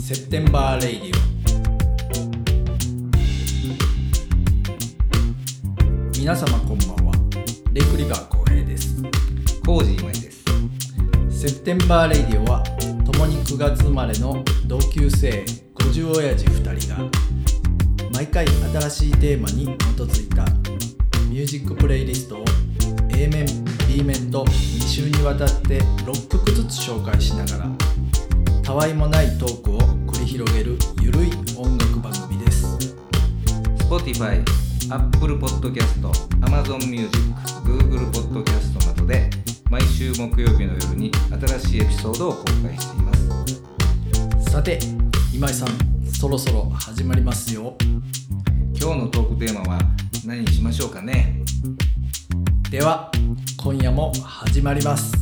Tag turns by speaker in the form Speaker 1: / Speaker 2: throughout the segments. Speaker 1: セプテンバーレイディオ皆様こんばんはレイクリバー浩平です
Speaker 2: コージーまいです。
Speaker 1: セプテンバーレイディオは共に9月生まれの同級生50親父2人が毎回新しいテーマに基づいたミュージックプレイリストを A 面 B 面と2週にわたって6曲ずつ紹介しながらたわいもないトークを繰り広げるゆるい音楽番組です
Speaker 2: Spotify、Apple Podcast、Amazon Music、Google Podcast などで毎週木曜日の夜に新しいエピソードを公開しています。
Speaker 1: さて今井さんそろそろ始まりますよ
Speaker 2: 今日のトークテーマは何にしましょうかね
Speaker 1: では今夜も始まります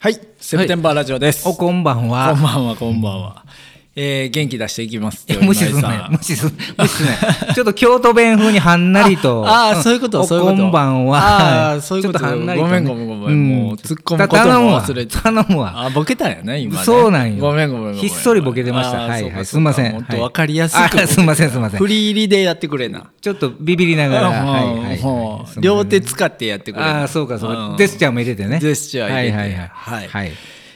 Speaker 1: はいセプテンバーラジオです、
Speaker 2: お
Speaker 1: こ
Speaker 2: こんばんは。
Speaker 1: んばんはこんばんは、えー、元気出していきます
Speaker 2: え無視すんなよ。無視すん無視すんなよ。ちょっと京都弁風にはんなり と。
Speaker 1: ああーそういうこと
Speaker 2: お
Speaker 1: そういうこ
Speaker 2: ことんばん
Speaker 1: あ
Speaker 2: は。
Speaker 1: ーそういうこと
Speaker 2: ちょっとはんなりと、
Speaker 1: ごめんごめんごめんもう突っ込むことも忘れて
Speaker 2: た頼むわ。
Speaker 1: あボケたんやね今ね
Speaker 2: そうなんよ
Speaker 1: ごめんごめんごめん
Speaker 2: ひっそりボケてました
Speaker 1: あー
Speaker 2: はい
Speaker 1: そうか
Speaker 2: は
Speaker 1: そうか
Speaker 2: いすんません
Speaker 1: もっ
Speaker 2: は
Speaker 1: と
Speaker 2: い
Speaker 1: わかりやすく
Speaker 2: あーすんませんすんません
Speaker 1: フリー入りでやってくれな
Speaker 2: ちょっとビビりながら、はいはいはい
Speaker 1: も
Speaker 2: そうの
Speaker 1: 両手使ってやってくれ
Speaker 2: ああ、そうか、そうか。ジェス
Speaker 1: ャ
Speaker 2: チ
Speaker 1: ー
Speaker 2: ャーも入れてね。
Speaker 1: ジェスチャー入れて
Speaker 2: はいはいはい。
Speaker 1: はい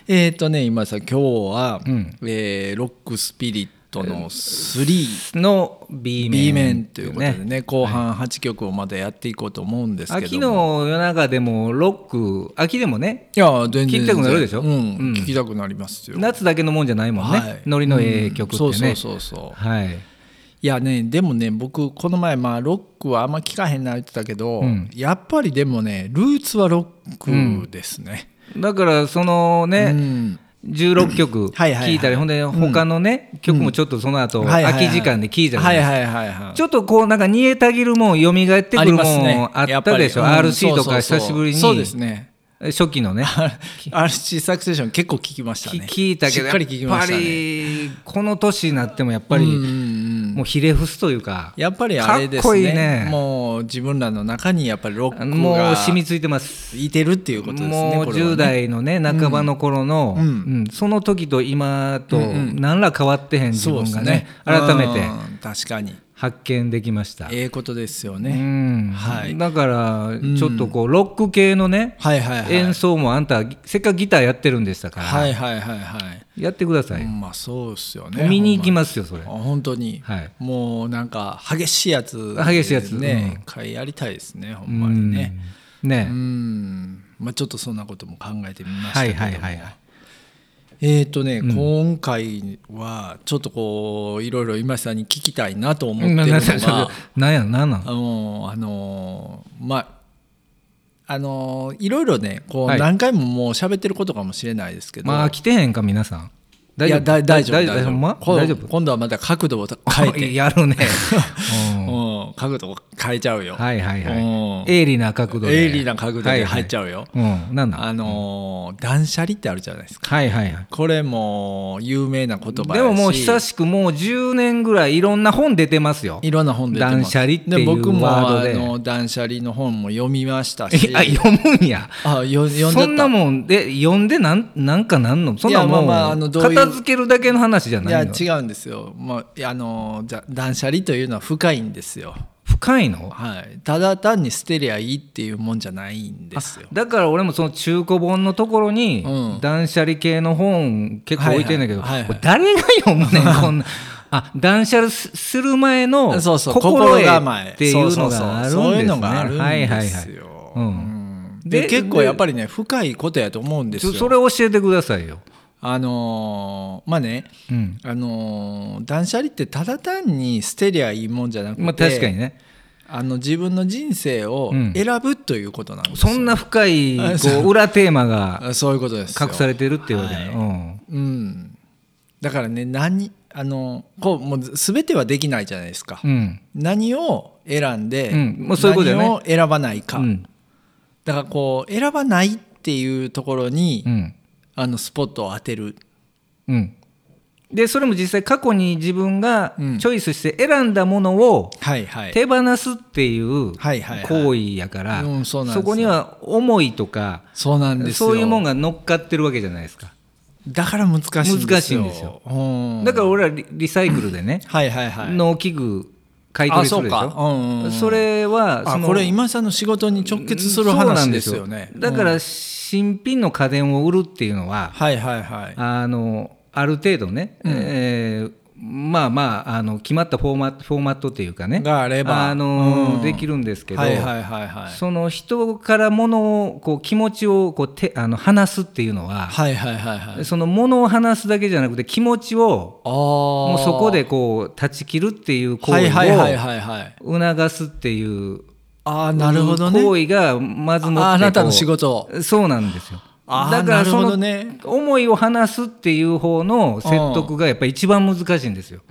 Speaker 1: えっ、とね今さ今日は、
Speaker 2: うん
Speaker 1: えーロックスピリットの3
Speaker 2: の B 面。
Speaker 1: B 面ということでね。後半8曲をまたやっていこうと思うんですけど
Speaker 2: 秋の夜中でもロック、秋でもね、
Speaker 1: いや全然
Speaker 2: 聞きたくなるでしょ
Speaker 1: うん
Speaker 2: うん
Speaker 1: 聞きたくなりますよ、
Speaker 2: 夏だけのもんじゃないもんね。
Speaker 1: はい
Speaker 2: ノリのええ曲ってね、
Speaker 1: うんそうそうそうそう
Speaker 2: はい。
Speaker 1: いやねでもね僕この前まあロックはあんま聞かへんな言ってたけど、
Speaker 2: うん
Speaker 1: やっぱりでもねルーツはロックですね、
Speaker 2: だから、その
Speaker 1: う
Speaker 2: ね、
Speaker 1: ん
Speaker 2: 16曲
Speaker 1: はいはいはい
Speaker 2: 聞いたり、ほんで、他のね、曲もちょっとその後、
Speaker 1: はいはいはい
Speaker 2: 空き時間で聞いたり
Speaker 1: はいはいはいはい
Speaker 2: ちょっとこうなんか煮えたぎるもん蘇ってくるもんあったでしょ、RC とか久しぶりに
Speaker 1: そうです ね
Speaker 2: 初期のね
Speaker 1: RC サクセション結構聞きました
Speaker 2: き
Speaker 1: ね
Speaker 2: 聞いたけど
Speaker 1: しっかり聞きましたね
Speaker 2: やっぱりこの年になってもやっぱり
Speaker 1: うんうんうん
Speaker 2: もうひれ伏すというか
Speaker 1: やっぱりあれで
Speaker 2: かっ
Speaker 1: す
Speaker 2: こ
Speaker 1: ね
Speaker 2: いいね
Speaker 1: もう自分らの中にやっぱりロックが
Speaker 2: もう染みついてます
Speaker 1: いてるっていうことですね
Speaker 2: もう
Speaker 1: これはね
Speaker 2: 10代のね半ばの頃の、
Speaker 1: うん
Speaker 2: うんその時と今と
Speaker 1: うんうん
Speaker 2: 何ら変わってへん自
Speaker 1: そうで
Speaker 2: 分
Speaker 1: す
Speaker 2: がね改めて
Speaker 1: うん確かに
Speaker 2: 発見できました、
Speaker 1: ええことですよ
Speaker 2: う
Speaker 1: ね
Speaker 2: ん
Speaker 1: はい
Speaker 2: だからちょっとこうロック系のね、
Speaker 1: はいはいはい
Speaker 2: 演奏もあんたせっかくギターやってるんでしたから、
Speaker 1: はいはいはいはい
Speaker 2: やってください、
Speaker 1: まあそうですよね
Speaker 2: 見に行きますよそれ
Speaker 1: あ本当に、
Speaker 2: はい
Speaker 1: もうなんか激しいやつ
Speaker 2: 激しいやつ
Speaker 1: ね、
Speaker 2: う
Speaker 1: 一
Speaker 2: ん
Speaker 1: 回やりたいですねほんまにね
Speaker 2: ね
Speaker 1: う、んまあちょっとそんなことも考えてみました
Speaker 2: は
Speaker 1: け
Speaker 2: い
Speaker 1: ども、
Speaker 2: はいはいはい
Speaker 1: えっ、とね、今回はちょっとこういろいろ今井さんに聞きたいなと思ってるの
Speaker 2: なな
Speaker 1: が
Speaker 2: なんやなんなん
Speaker 1: あのあのまああのいろいろねこう
Speaker 2: はい
Speaker 1: 何回ももう喋ってることかもしれないですけど、
Speaker 2: まあ来てへんか皆さん
Speaker 1: いやだ大丈夫
Speaker 2: 大丈夫ほんま
Speaker 1: こ
Speaker 2: 大丈夫
Speaker 1: 今度はまた角度を変え て
Speaker 2: や るね、うん
Speaker 1: うん、角度変えちゃうよ。
Speaker 2: はいはいは
Speaker 1: うん
Speaker 2: い鋭利な角度で
Speaker 1: 鋭利な角度で入っち
Speaker 2: ゃ
Speaker 1: ゃうよ。
Speaker 2: う、はいはいうん、なんなん
Speaker 1: あのー断捨離ってあるじゃないですか。
Speaker 2: はいはいはい
Speaker 1: これも有名な言葉やし
Speaker 2: でももう久しくもう10年ぐらいいろんな本出てますよ
Speaker 1: いろんな本出てます
Speaker 2: 断捨離っていう
Speaker 1: 僕も
Speaker 2: ワードで
Speaker 1: あの断捨離の本も読みましたし。
Speaker 2: あ読むんや
Speaker 1: あよ読んじゃった。
Speaker 2: そんなもんで読んでなんなんかなんのそんなも
Speaker 1: いや
Speaker 2: ん、
Speaker 1: まあまああのどういう
Speaker 2: 片付けるだけの話じゃ
Speaker 1: い
Speaker 2: な
Speaker 1: や
Speaker 2: いの
Speaker 1: 違うんですよ。まあいやあのーじゃ断捨離というのは深いんですよ。
Speaker 2: 深いの
Speaker 1: はい。ただ単に捨てりゃいいっていうもんじゃないんですよ。
Speaker 2: だから俺もその中古本のところに
Speaker 1: うん
Speaker 2: 断捨離系の本結構置いてんだけど、
Speaker 1: はいはいはいはい
Speaker 2: これ誰が読む ねんこんなあ断捨離すする前の
Speaker 1: そうそう
Speaker 2: 心
Speaker 1: 心
Speaker 2: 得
Speaker 1: 構え
Speaker 2: っていうのがあるんですね
Speaker 1: そうそうそうそういうのがあるんですよ
Speaker 2: はいはいはい
Speaker 1: うん
Speaker 2: で
Speaker 1: で結構やっぱりね深いことやと思うんです
Speaker 2: ちょそ
Speaker 1: よ。
Speaker 2: れ教えてくださいよ、
Speaker 1: あのーまあね、
Speaker 2: うん
Speaker 1: あのー断捨離ってただ単に捨てりゃいいもんじゃなくて、
Speaker 2: まあ、確かにね
Speaker 1: あの自分の人生を
Speaker 2: うん
Speaker 1: 選ぶということなんですよ、
Speaker 2: そんな深い
Speaker 1: あ
Speaker 2: こ
Speaker 1: そう
Speaker 2: う裏テーマが
Speaker 1: あ そういうことですよ
Speaker 2: 隠されてるっていうわけだよ、
Speaker 1: はい
Speaker 2: うん
Speaker 1: うん、だからね何あのこうもう全てはできないじゃないですか、
Speaker 2: うん
Speaker 1: 何を選んで、
Speaker 2: うんもうそういうことだよね
Speaker 1: 何を選ばないか、
Speaker 2: うん
Speaker 1: だからこう選ばないっていうところに、
Speaker 2: うん
Speaker 1: あのスポットを当てる
Speaker 2: うんでそれも実際過去に自分が
Speaker 1: うん
Speaker 2: チョイスして選んだものを
Speaker 1: はいはい
Speaker 2: 手放すっていう
Speaker 1: はいはいはい
Speaker 2: 行為やから
Speaker 1: うんそうなんですよ
Speaker 2: そこには思いとか
Speaker 1: そうなんですよ
Speaker 2: そういうもんが乗っかってるわけじゃないですか
Speaker 1: だから難しいんですよ
Speaker 2: 難しいんですよ
Speaker 1: うん
Speaker 2: だから俺らリリサイクルでね
Speaker 1: はいはいはい
Speaker 2: 農機具買い取りするでし
Speaker 1: あそうかうんうんう
Speaker 2: ょ
Speaker 1: ん
Speaker 2: それは
Speaker 1: あ
Speaker 2: その
Speaker 1: これ今井さんの仕事に直結する
Speaker 2: そうな
Speaker 1: 話
Speaker 2: ん
Speaker 1: ですよね
Speaker 2: だから新品の家電を売るっていうのは
Speaker 1: はいはいはい
Speaker 2: あのある程度ね、えーまあまああの決まったフォーマットフォーマットっていうかね
Speaker 1: があれば
Speaker 2: の
Speaker 1: うん
Speaker 2: できるんですけど、
Speaker 1: はいはいはいはい
Speaker 2: その人から物をこう気持ちをこうてあの話すっていうのは、
Speaker 1: はいはいはいはい
Speaker 2: その物を話すだけじゃなくて気持ちを
Speaker 1: あー
Speaker 2: もうそこでこう断ち切るっていう行
Speaker 1: はい
Speaker 2: 為
Speaker 1: はいはい
Speaker 2: を
Speaker 1: はいはい
Speaker 2: 促すっていう
Speaker 1: ああなるほどね
Speaker 2: 行為がまずもってこう
Speaker 1: ああなたの仕事を
Speaker 2: そうなんですよ
Speaker 1: あー
Speaker 2: だからそ
Speaker 1: なるほ
Speaker 2: の
Speaker 1: どね
Speaker 2: 思いを話すっていう方の説得がやっぱり一番難しいんですよ。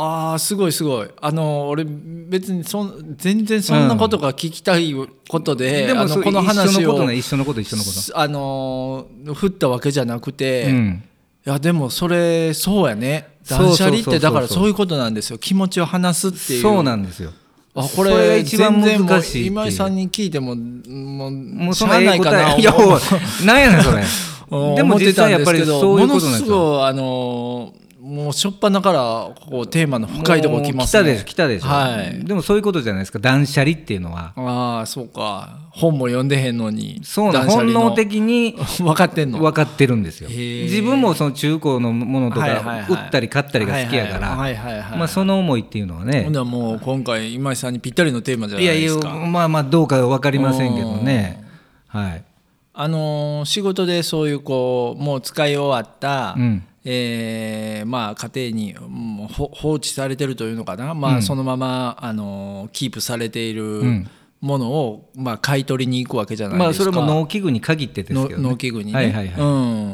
Speaker 1: ああすごいすごいあの俺別にそん全然そんなことが聞きたいことで、
Speaker 2: で
Speaker 1: あ
Speaker 2: も
Speaker 1: の
Speaker 2: そう
Speaker 1: この話
Speaker 2: 一緒のこ
Speaker 1: を
Speaker 2: とね一緒のこと一緒のこ
Speaker 1: あのー振ったわけじゃなくて、
Speaker 2: と。う
Speaker 1: い
Speaker 2: ん
Speaker 1: やでもそれそうやね
Speaker 2: そう
Speaker 1: 断捨離っ
Speaker 2: そう
Speaker 1: て
Speaker 2: そうそうそう
Speaker 1: だからそういうことなんですよ気持ちを話すっていう
Speaker 2: そうなんですよ。
Speaker 1: あこれ
Speaker 2: それが一番難しいってい
Speaker 1: 全然
Speaker 2: う
Speaker 1: もう今井さんに聞いてももうも
Speaker 2: も
Speaker 1: う
Speaker 2: う
Speaker 1: し
Speaker 2: そ
Speaker 1: ゃ
Speaker 2: の
Speaker 1: あ
Speaker 2: え
Speaker 1: な
Speaker 2: え
Speaker 1: いか
Speaker 2: 答
Speaker 1: な
Speaker 2: えいや
Speaker 1: 思う
Speaker 2: おいなんやねんそれ
Speaker 1: うん。
Speaker 2: で
Speaker 1: 思
Speaker 2: も
Speaker 1: って
Speaker 2: 実
Speaker 1: たん
Speaker 2: 際やっ
Speaker 1: で
Speaker 2: ぱ
Speaker 1: す
Speaker 2: り
Speaker 1: けど
Speaker 2: そういうことなんですよ。
Speaker 1: ものすごいあのーもう初っ端からこうテーマの深いところ来ます
Speaker 2: もう来たで
Speaker 1: ね
Speaker 2: しょ来たでしょ。
Speaker 1: はい
Speaker 2: でもそういうことじゃないですか断捨離っていうのは。
Speaker 1: ああそうか本も読んでへんのに
Speaker 2: そうなん
Speaker 1: 断捨離
Speaker 2: 本
Speaker 1: の
Speaker 2: 能的に
Speaker 1: 分かってんの
Speaker 2: 分かってるんですよ
Speaker 1: へー
Speaker 2: 自分もその中古のものと
Speaker 1: はいはい
Speaker 2: か
Speaker 1: はい
Speaker 2: 売ったり買ったりが好きやから
Speaker 1: はいはいはいはい
Speaker 2: まあその思いっていうのはね
Speaker 1: ほんならもう今回今井さんにぴったりのテーマじゃないい
Speaker 2: やい
Speaker 1: で
Speaker 2: や
Speaker 1: すか
Speaker 2: まあまあどうか分かりませんけどねはい
Speaker 1: あのー仕事でそういうこうもう使い終わった、
Speaker 2: うん
Speaker 1: えーまあ、家庭にもうほ放置されてるというのかな、まあ、そのまま、あのーキープされている
Speaker 2: ん
Speaker 1: ものを、まあ、買い取りに行くわけじゃない
Speaker 2: まあ
Speaker 1: です
Speaker 2: そ
Speaker 1: か、
Speaker 2: れも農機具に限ってです
Speaker 1: の
Speaker 2: けどね
Speaker 1: 農機具にね、
Speaker 2: はいはいはい
Speaker 1: う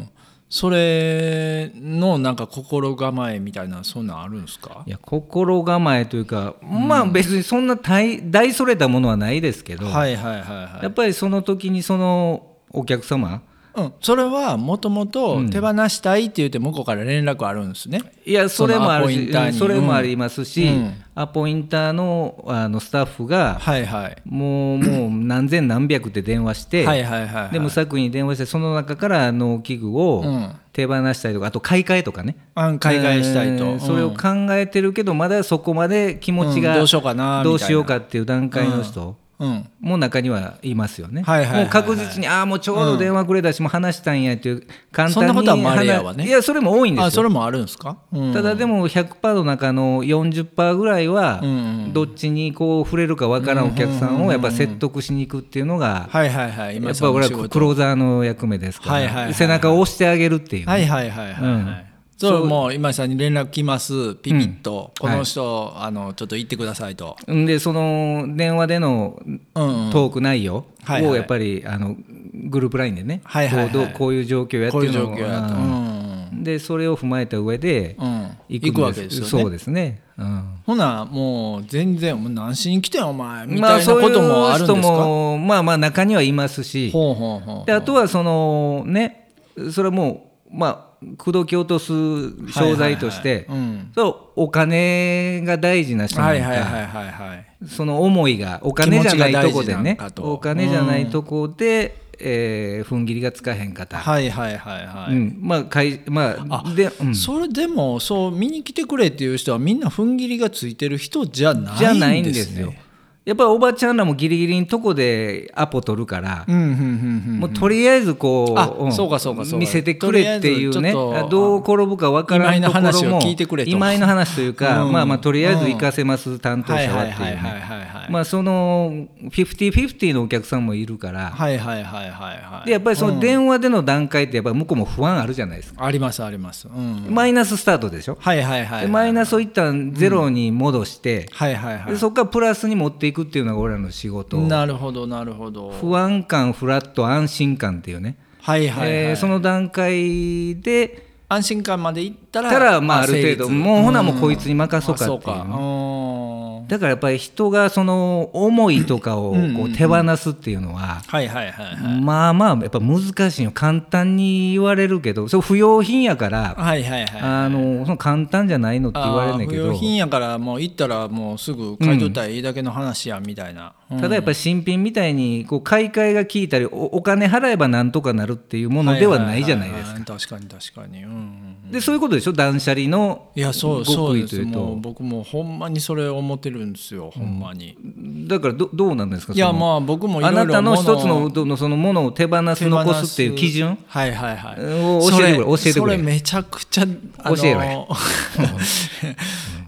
Speaker 1: ん、それのなんか心構えみたいなそんなんあるんですか
Speaker 2: いや心構えというかまあ別にそんな大大それたものはないですけどや
Speaker 1: はいはいはいはい
Speaker 2: っぱりその時にそのお客様
Speaker 1: うん、それはもともと手放したいって言って向こうから連絡あるんですね、
Speaker 2: いやそれもある
Speaker 1: そのアポイ
Speaker 2: し
Speaker 1: ンターに
Speaker 2: うんそれもありますし
Speaker 1: うん
Speaker 2: アポインターのあのスタッフが
Speaker 1: はいはい
Speaker 2: もうもう何千何百って電話して、
Speaker 1: はいはいはいはい
Speaker 2: で無作為に電話してその中から農機具
Speaker 1: う
Speaker 2: を
Speaker 1: ん
Speaker 2: 手放したりとかあと買い替えとかね
Speaker 1: あ買い替えしたいと、
Speaker 2: えーそれ
Speaker 1: う
Speaker 2: を
Speaker 1: ん
Speaker 2: 考えてるけどまだそこまで気持ち
Speaker 1: う
Speaker 2: が
Speaker 1: んどうしようかなみたいな
Speaker 2: どうしようかっていう段階の人
Speaker 1: うん
Speaker 2: も中にはいますよね、
Speaker 1: はいはいはいはい
Speaker 2: もう確実にああもうちょうど電話くれたし、もう話したんやっていう簡単に
Speaker 1: そんなことはまれやわね
Speaker 2: いやそれも多いんですよ
Speaker 1: あそれもあるんですか、うん
Speaker 2: ただでも100%の中の40%ぐらいは
Speaker 1: うん
Speaker 2: どっちにこう触れるかわからんお客さんをやっぱ説得しに行くっていうのが
Speaker 1: はいはいはい
Speaker 2: や
Speaker 1: 今
Speaker 2: っ
Speaker 1: さ
Speaker 2: ぱ
Speaker 1: んの
Speaker 2: 俺
Speaker 1: 仕
Speaker 2: は
Speaker 1: 事
Speaker 2: クローザーの役目ですか
Speaker 1: はいはいはいは
Speaker 2: ら
Speaker 1: い
Speaker 2: 背中を押してあげるっていう
Speaker 1: はいはいはいはい、はい
Speaker 2: うん
Speaker 1: それ
Speaker 2: そう
Speaker 1: もう今井さんに連絡来ますピピッと、
Speaker 2: うん
Speaker 1: この人、あのちょっと行ってくださいと、
Speaker 2: んでその電話での
Speaker 1: うんうん
Speaker 2: トーク内容
Speaker 1: はいはい
Speaker 2: をやっぱりあのグループラインでねこ
Speaker 1: はいはいはいう
Speaker 2: どうこういう状況やって
Speaker 1: こうい
Speaker 2: いうう
Speaker 1: 状
Speaker 2: のを
Speaker 1: 況やと、う
Speaker 2: うん
Speaker 1: ん
Speaker 2: でそれを踏まえた上で
Speaker 1: うん、
Speaker 2: 行
Speaker 1: 行
Speaker 2: く
Speaker 1: く
Speaker 2: ん
Speaker 1: わけですよね
Speaker 2: そうですねうん
Speaker 1: ほなもう全然「もう何しに来てんお前」み
Speaker 2: ま
Speaker 1: た
Speaker 2: あ
Speaker 1: いな
Speaker 2: そう
Speaker 1: こ
Speaker 2: い
Speaker 1: ともあ
Speaker 2: う
Speaker 1: るんです
Speaker 2: 人
Speaker 1: か、
Speaker 2: もまあまあ中にはいますし
Speaker 1: ほうほうほう
Speaker 2: であとはそのねそれはもうまあ口説き落とす商材として
Speaker 1: はいはいはいうん
Speaker 2: そうお金が大事な人な
Speaker 1: は
Speaker 2: ん
Speaker 1: い
Speaker 2: か、
Speaker 1: はいはいはいはい
Speaker 2: その思いがお金じゃないとこで
Speaker 1: 気持ちが大事なん
Speaker 2: ね
Speaker 1: かと
Speaker 2: お金じゃないとこで、えー踏ん切りがつかへん方、
Speaker 1: はいはいはいはい、
Speaker 2: うん、まあかいまあ
Speaker 1: あ
Speaker 2: で、うん
Speaker 1: それでもそう見に来てくれっていう人はみんな踏ん切りがついてる人じゃないんです、ね、
Speaker 2: じゃないんですよ。やっぱりおばちゃんらもギリギリのとこでアポ取るから、
Speaker 1: うんうんうん
Speaker 2: もうとりあえずこ
Speaker 1: あ
Speaker 2: う,ん、
Speaker 1: そうかそうかそうか
Speaker 2: 見せてくれっていうね
Speaker 1: とりあえずちょっと
Speaker 2: あどう転ぶか分からんところ
Speaker 1: 今井
Speaker 2: も
Speaker 1: の話を聞いてくれと
Speaker 2: 今井の話というか、
Speaker 1: うん
Speaker 2: まあまあとりあえず行かせます
Speaker 1: うん。
Speaker 2: 担当
Speaker 1: はい
Speaker 2: 者は
Speaker 1: は
Speaker 2: っ
Speaker 1: い
Speaker 2: てい
Speaker 1: は
Speaker 2: う
Speaker 1: いはい
Speaker 2: ね
Speaker 1: はいはい。
Speaker 2: まあその50/50のお客さんもいるから、
Speaker 1: はいはいはいはいはい。
Speaker 2: でやっぱりその電話での段階ってやっぱり向こうも不安あるじゃないですか、
Speaker 1: ありますあります。うん。
Speaker 2: マイナススタートでしょ、
Speaker 1: はいはいはい。
Speaker 2: でマイナスを一旦ゼロに戻して、
Speaker 1: はいはいは
Speaker 2: でそこからプラスに持っていくっていうのが俺らの仕事、
Speaker 1: い。なるほどなるほど。
Speaker 2: 不安感フラット安心感っていうね、
Speaker 1: はいはい
Speaker 2: え
Speaker 1: は
Speaker 2: ー
Speaker 1: い。
Speaker 2: その段階で
Speaker 1: 安心感までいったら。
Speaker 2: たらまあある程度
Speaker 1: 成立
Speaker 2: もうほなもうこいつに任そうかってい
Speaker 1: あそう
Speaker 2: う
Speaker 1: か。
Speaker 2: だからやっぱり人がその思いとかを
Speaker 1: うんうん
Speaker 2: こ
Speaker 1: うん
Speaker 2: う手放すっていうのは、
Speaker 1: はいはいはいはい、
Speaker 2: まあまあやっぱ難しいよ簡単に言われるけどそれ不要品やから
Speaker 1: はいはいはい
Speaker 2: あのその簡単じゃないのって言われるんだけ
Speaker 1: あー不
Speaker 2: ど
Speaker 1: 要品やからもう行ったらもうすぐ買い取ったらいいだけの話やみたいな、うん
Speaker 2: ただやっぱり新品みたいにこう買い替えが効いたりおお金払えばなんとかなるっていうものではないじゃないですか。
Speaker 1: か確かに確かにうんうんうん
Speaker 2: でそういうことでしょ断捨離の
Speaker 1: いやそうそう
Speaker 2: 極
Speaker 1: で
Speaker 2: 意と
Speaker 1: す
Speaker 2: いう
Speaker 1: もう
Speaker 2: と
Speaker 1: 僕もほんまにそれ思ってるんですよほんまに、
Speaker 2: だからどどうなんですか
Speaker 1: いや
Speaker 2: その
Speaker 1: まあ僕もいろ
Speaker 2: あ
Speaker 1: いろ
Speaker 2: なたの
Speaker 1: 物
Speaker 2: 一
Speaker 1: を
Speaker 2: つのどのそのものを手放す
Speaker 1: 手放
Speaker 2: 残すっていう基 準
Speaker 1: はいはいはい
Speaker 2: うん教えてくれ
Speaker 1: そ
Speaker 2: 教えてくれ
Speaker 1: それめちゃくちゃあの
Speaker 2: 教え ろや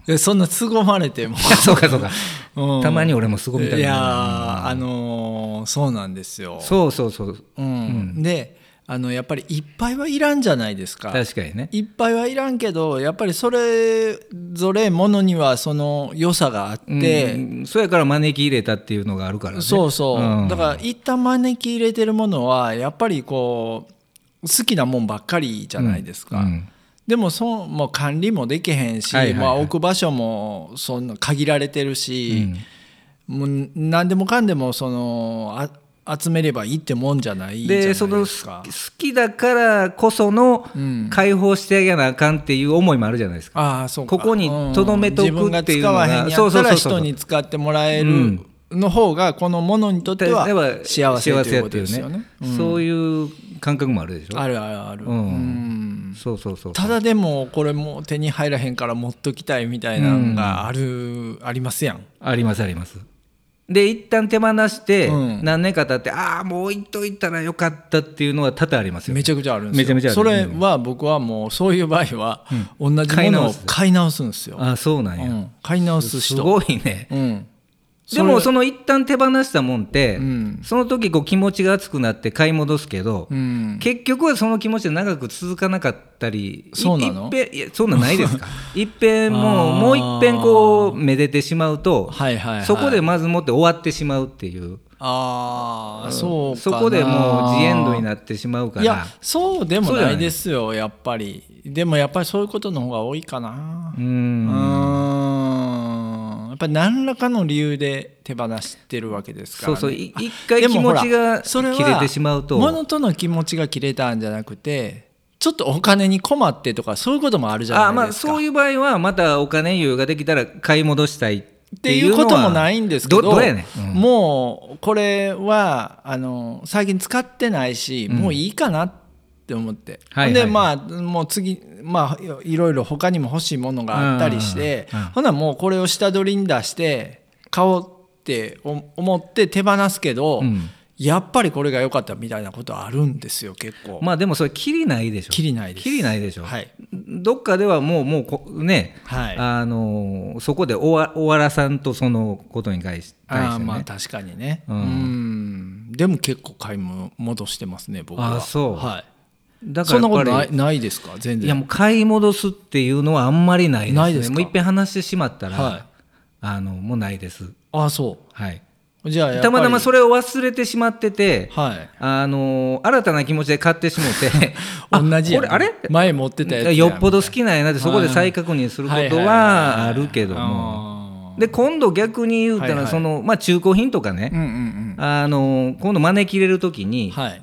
Speaker 1: え そんな凄まれ ても
Speaker 2: あそうかそうか
Speaker 1: うん
Speaker 2: たまに俺もすごみたい
Speaker 1: いやー
Speaker 2: な
Speaker 1: あのーそうなんですよ
Speaker 2: そうそうそう
Speaker 1: うんであのやっぱりいっぱいはいらんじゃないですか
Speaker 2: 確かにね
Speaker 1: いっぱいはいらんけどやっぱりそれぞれものにはその良さがあって、
Speaker 2: うんそうやから招き入れたっていうのがあるからね
Speaker 1: そうそう、
Speaker 2: うん
Speaker 1: だから一旦招き入れてるものはやっぱりこう好きなもんばっかりじゃないですか、
Speaker 2: うん
Speaker 1: でもそうもう管理もできへんし、
Speaker 2: はいはいはい
Speaker 1: まあ、置く場所もそんな限られてるし、もう何でもかんでもそのあ集めればいいってもんじゃないじゃない
Speaker 2: で
Speaker 1: です
Speaker 2: その
Speaker 1: か
Speaker 2: 好き。好きだからこその
Speaker 1: うん
Speaker 2: 解放してあげなあかんっていう思いもあるじゃないですか
Speaker 1: ああそうか
Speaker 2: ここに留めとくっていうのが
Speaker 1: ん自分が使わへんや
Speaker 2: そ
Speaker 1: っ
Speaker 2: うそ
Speaker 1: た
Speaker 2: うそ
Speaker 1: ら
Speaker 2: うそう
Speaker 1: 人に使ってもらえ
Speaker 2: う
Speaker 1: る
Speaker 2: ん
Speaker 1: の方がこのものにとっては
Speaker 2: 例えば
Speaker 1: 幸せという
Speaker 2: 幸
Speaker 1: ことですよね
Speaker 2: せ。っていうねそういう感覚もあるでしょ
Speaker 1: あるあるある、
Speaker 2: う
Speaker 1: うんん
Speaker 2: そうそうそう
Speaker 1: ただでもこれもう手に入らへんから持っときたいみたいなのがある、ありますやん。
Speaker 2: ありますありますで一旦手放して
Speaker 1: うん
Speaker 2: 何年か経って、ああもう置いといたらよかったっていうのは多々ありますよ
Speaker 1: めちゃくちゃあるんですよ
Speaker 2: めちゃめちゃある
Speaker 1: それは僕はもうそういう場合は同じ
Speaker 2: 買い
Speaker 1: もの
Speaker 2: 直
Speaker 1: を
Speaker 2: す
Speaker 1: 買い直すんですよ、
Speaker 2: あーそうなん
Speaker 1: う
Speaker 2: や、
Speaker 1: ん、買い直す
Speaker 2: す
Speaker 1: 人
Speaker 2: ごいね
Speaker 1: うん、
Speaker 2: でもその一旦手放したもんって、
Speaker 1: ん
Speaker 2: その時こう気持ちが熱くなって買い戻すけど、
Speaker 1: うん、
Speaker 2: 結局はその気持ちで長く続かなかったりい
Speaker 1: そうなの
Speaker 2: いっぺんいやそんなんないで すかいっぺんもう
Speaker 1: あー
Speaker 2: もういっぺんこうめでてしまうと、
Speaker 1: はいはい、はい、
Speaker 2: そこでまずもって終わってしまうっていう
Speaker 1: ああ、そうかな
Speaker 2: そこでもうジエンドになってしまうから
Speaker 1: いやそうでも
Speaker 2: そうじゃ
Speaker 1: な
Speaker 2: ない
Speaker 1: いですよやっぱりでもやっぱりそういうことの方が多いかな
Speaker 2: う
Speaker 1: うんーんやっぱり何らかの理由で手放してるわけですから、
Speaker 2: そう
Speaker 1: ね、
Speaker 2: そうい一回気持ちが
Speaker 1: それは
Speaker 2: 切れてしまうと
Speaker 1: 物との気持ちが切れたんじゃなくてちょっとお金に困ってとかそういうこともあるじ
Speaker 2: あ
Speaker 1: ゃ
Speaker 2: あ
Speaker 1: な
Speaker 2: ま
Speaker 1: い
Speaker 2: あ
Speaker 1: ですか
Speaker 2: そういう場合はまたお金余裕ができたら買い戻したいっ
Speaker 1: って
Speaker 2: て
Speaker 1: い
Speaker 2: いう
Speaker 1: う
Speaker 2: のは
Speaker 1: こともないんですけど
Speaker 2: どどれやねん、うん
Speaker 1: もうこれはあの最近使ってないし、もういいかなって思って、
Speaker 2: はいはい
Speaker 1: でまあもう次まあいろいろ他にも欲しいものがあったりして、
Speaker 2: うんうん
Speaker 1: ほなもうこれを下取りに出して買おうって思って手放すけど、
Speaker 2: うん
Speaker 1: やっぱりこれが良かったみたいなことあるんですよ結構。
Speaker 2: まあでもそれきりないでしょ
Speaker 1: きりないです
Speaker 2: きりないでしょ、
Speaker 1: はい
Speaker 2: どっかではもうもうこね、
Speaker 1: はい
Speaker 2: あのーそこで終わ終わらさんとそのことに対し対
Speaker 1: あ
Speaker 2: し
Speaker 1: あ
Speaker 2: てね
Speaker 1: まあ確かにね、
Speaker 2: う
Speaker 1: うんん、でも結構買いも戻してますね僕は
Speaker 2: あそう
Speaker 1: はい
Speaker 2: だか
Speaker 1: そ
Speaker 2: ら
Speaker 1: ん
Speaker 2: や
Speaker 1: な
Speaker 2: っぱ
Speaker 1: こ
Speaker 2: り
Speaker 1: とないないですか全
Speaker 2: いや
Speaker 1: 然
Speaker 2: もう買い戻すっていうのはあんまりないですね
Speaker 1: ないですか
Speaker 2: もういっぺん話してしまったら、
Speaker 1: はい
Speaker 2: あのもうないです、
Speaker 1: ああそ
Speaker 2: はい、
Speaker 1: うじゃあやっぱり
Speaker 2: たまたまそれを忘れてしまってて、
Speaker 1: はい
Speaker 2: あの新たな気持ちで買ってしも てあ
Speaker 1: 同じやん
Speaker 2: これあれ
Speaker 1: 前持ってたやつや
Speaker 2: よっぽど好きなんやなってそこで再確認することはあるけども
Speaker 1: も
Speaker 2: で今度逆に言うた
Speaker 1: はいは
Speaker 2: ら
Speaker 1: い
Speaker 2: そのまあ中古品とかね
Speaker 1: うんうんうん
Speaker 2: あの今度招き入れる時に
Speaker 1: はい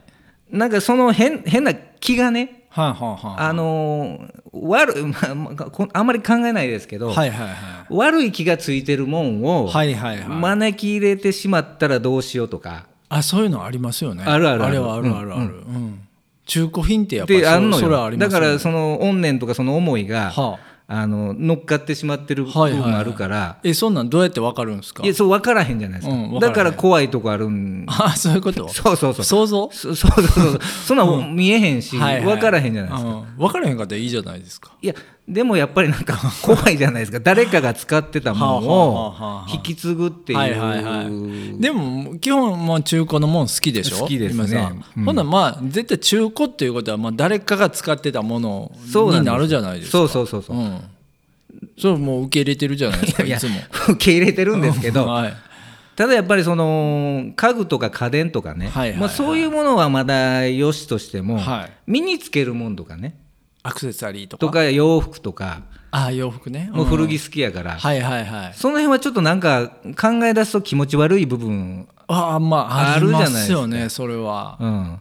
Speaker 2: なんかその変変な気がね
Speaker 1: はいはいは
Speaker 2: あの悪い、 まあまあこん、あんまり考えないですけど、
Speaker 1: いはいはいは
Speaker 2: 悪い気がついてるもんを、
Speaker 1: いはいはいはい
Speaker 2: 招き入れてしまったらどうしようとか
Speaker 1: あそういうのありますよね
Speaker 2: あるあるあ
Speaker 1: あ
Speaker 2: る
Speaker 1: れはあるあるあるうん中古品ってやっぱ
Speaker 2: であ
Speaker 1: そ
Speaker 2: んの
Speaker 1: それは
Speaker 2: よ
Speaker 1: ありま
Speaker 2: だ
Speaker 1: す
Speaker 2: か
Speaker 1: よね
Speaker 2: らその怨念とかその思いが、
Speaker 1: はあ
Speaker 2: あの乗っかってしまってる部
Speaker 1: はいはい
Speaker 2: 分
Speaker 1: はい
Speaker 2: もあるから、い
Speaker 1: えそんなんどうやってわかるんですか
Speaker 2: やそう分からへんじゃないですか、
Speaker 1: うん分からへ
Speaker 2: だ
Speaker 1: ん
Speaker 2: から怖いとこあるん
Speaker 1: ああそういうこと
Speaker 2: そうそうそうそ
Speaker 1: 想像
Speaker 2: そう そうそうそんなん見えへんし、分からへんじゃないですか、
Speaker 1: か、うん分からへんかったらいいじゃないですか
Speaker 2: いやでもやっぱりなんか 怖いじゃないですか誰かが使ってたもの
Speaker 1: はあはあはあは
Speaker 2: を
Speaker 1: あ
Speaker 2: 引き継ぐっていう、
Speaker 1: はいはいはいでも基本もう中古のもん好きでしょ
Speaker 2: 好きですね
Speaker 1: 今さ
Speaker 2: うん
Speaker 1: ほんならまあ絶対中古っていうことはまあ誰かが使ってたもの
Speaker 2: そうなん
Speaker 1: に
Speaker 2: です
Speaker 1: なるじゃないですか
Speaker 2: そうそうそうそう、
Speaker 1: うんそれもう受け入れてるじゃない ですかい
Speaker 2: いや
Speaker 1: つも
Speaker 2: 受け入れてるんですけど
Speaker 1: はい
Speaker 2: ただやっぱりその家具とか家電とかね、
Speaker 1: はいはいはい
Speaker 2: まあ、そういうものはまだ良しとしても、
Speaker 1: はい
Speaker 2: 身につけるもんとかね
Speaker 1: アクセサリーとか
Speaker 2: とか洋服とか
Speaker 1: あ洋服ね、
Speaker 2: もう古
Speaker 1: うん
Speaker 2: 着好きやから、
Speaker 1: はいはいはい
Speaker 2: その辺はちょっとなんか考え出すと気持ち悪い部分、
Speaker 1: あまああ
Speaker 2: あ
Speaker 1: り
Speaker 2: るじゃ
Speaker 1: ま
Speaker 2: ないですか
Speaker 1: すよねそれは、
Speaker 2: うん、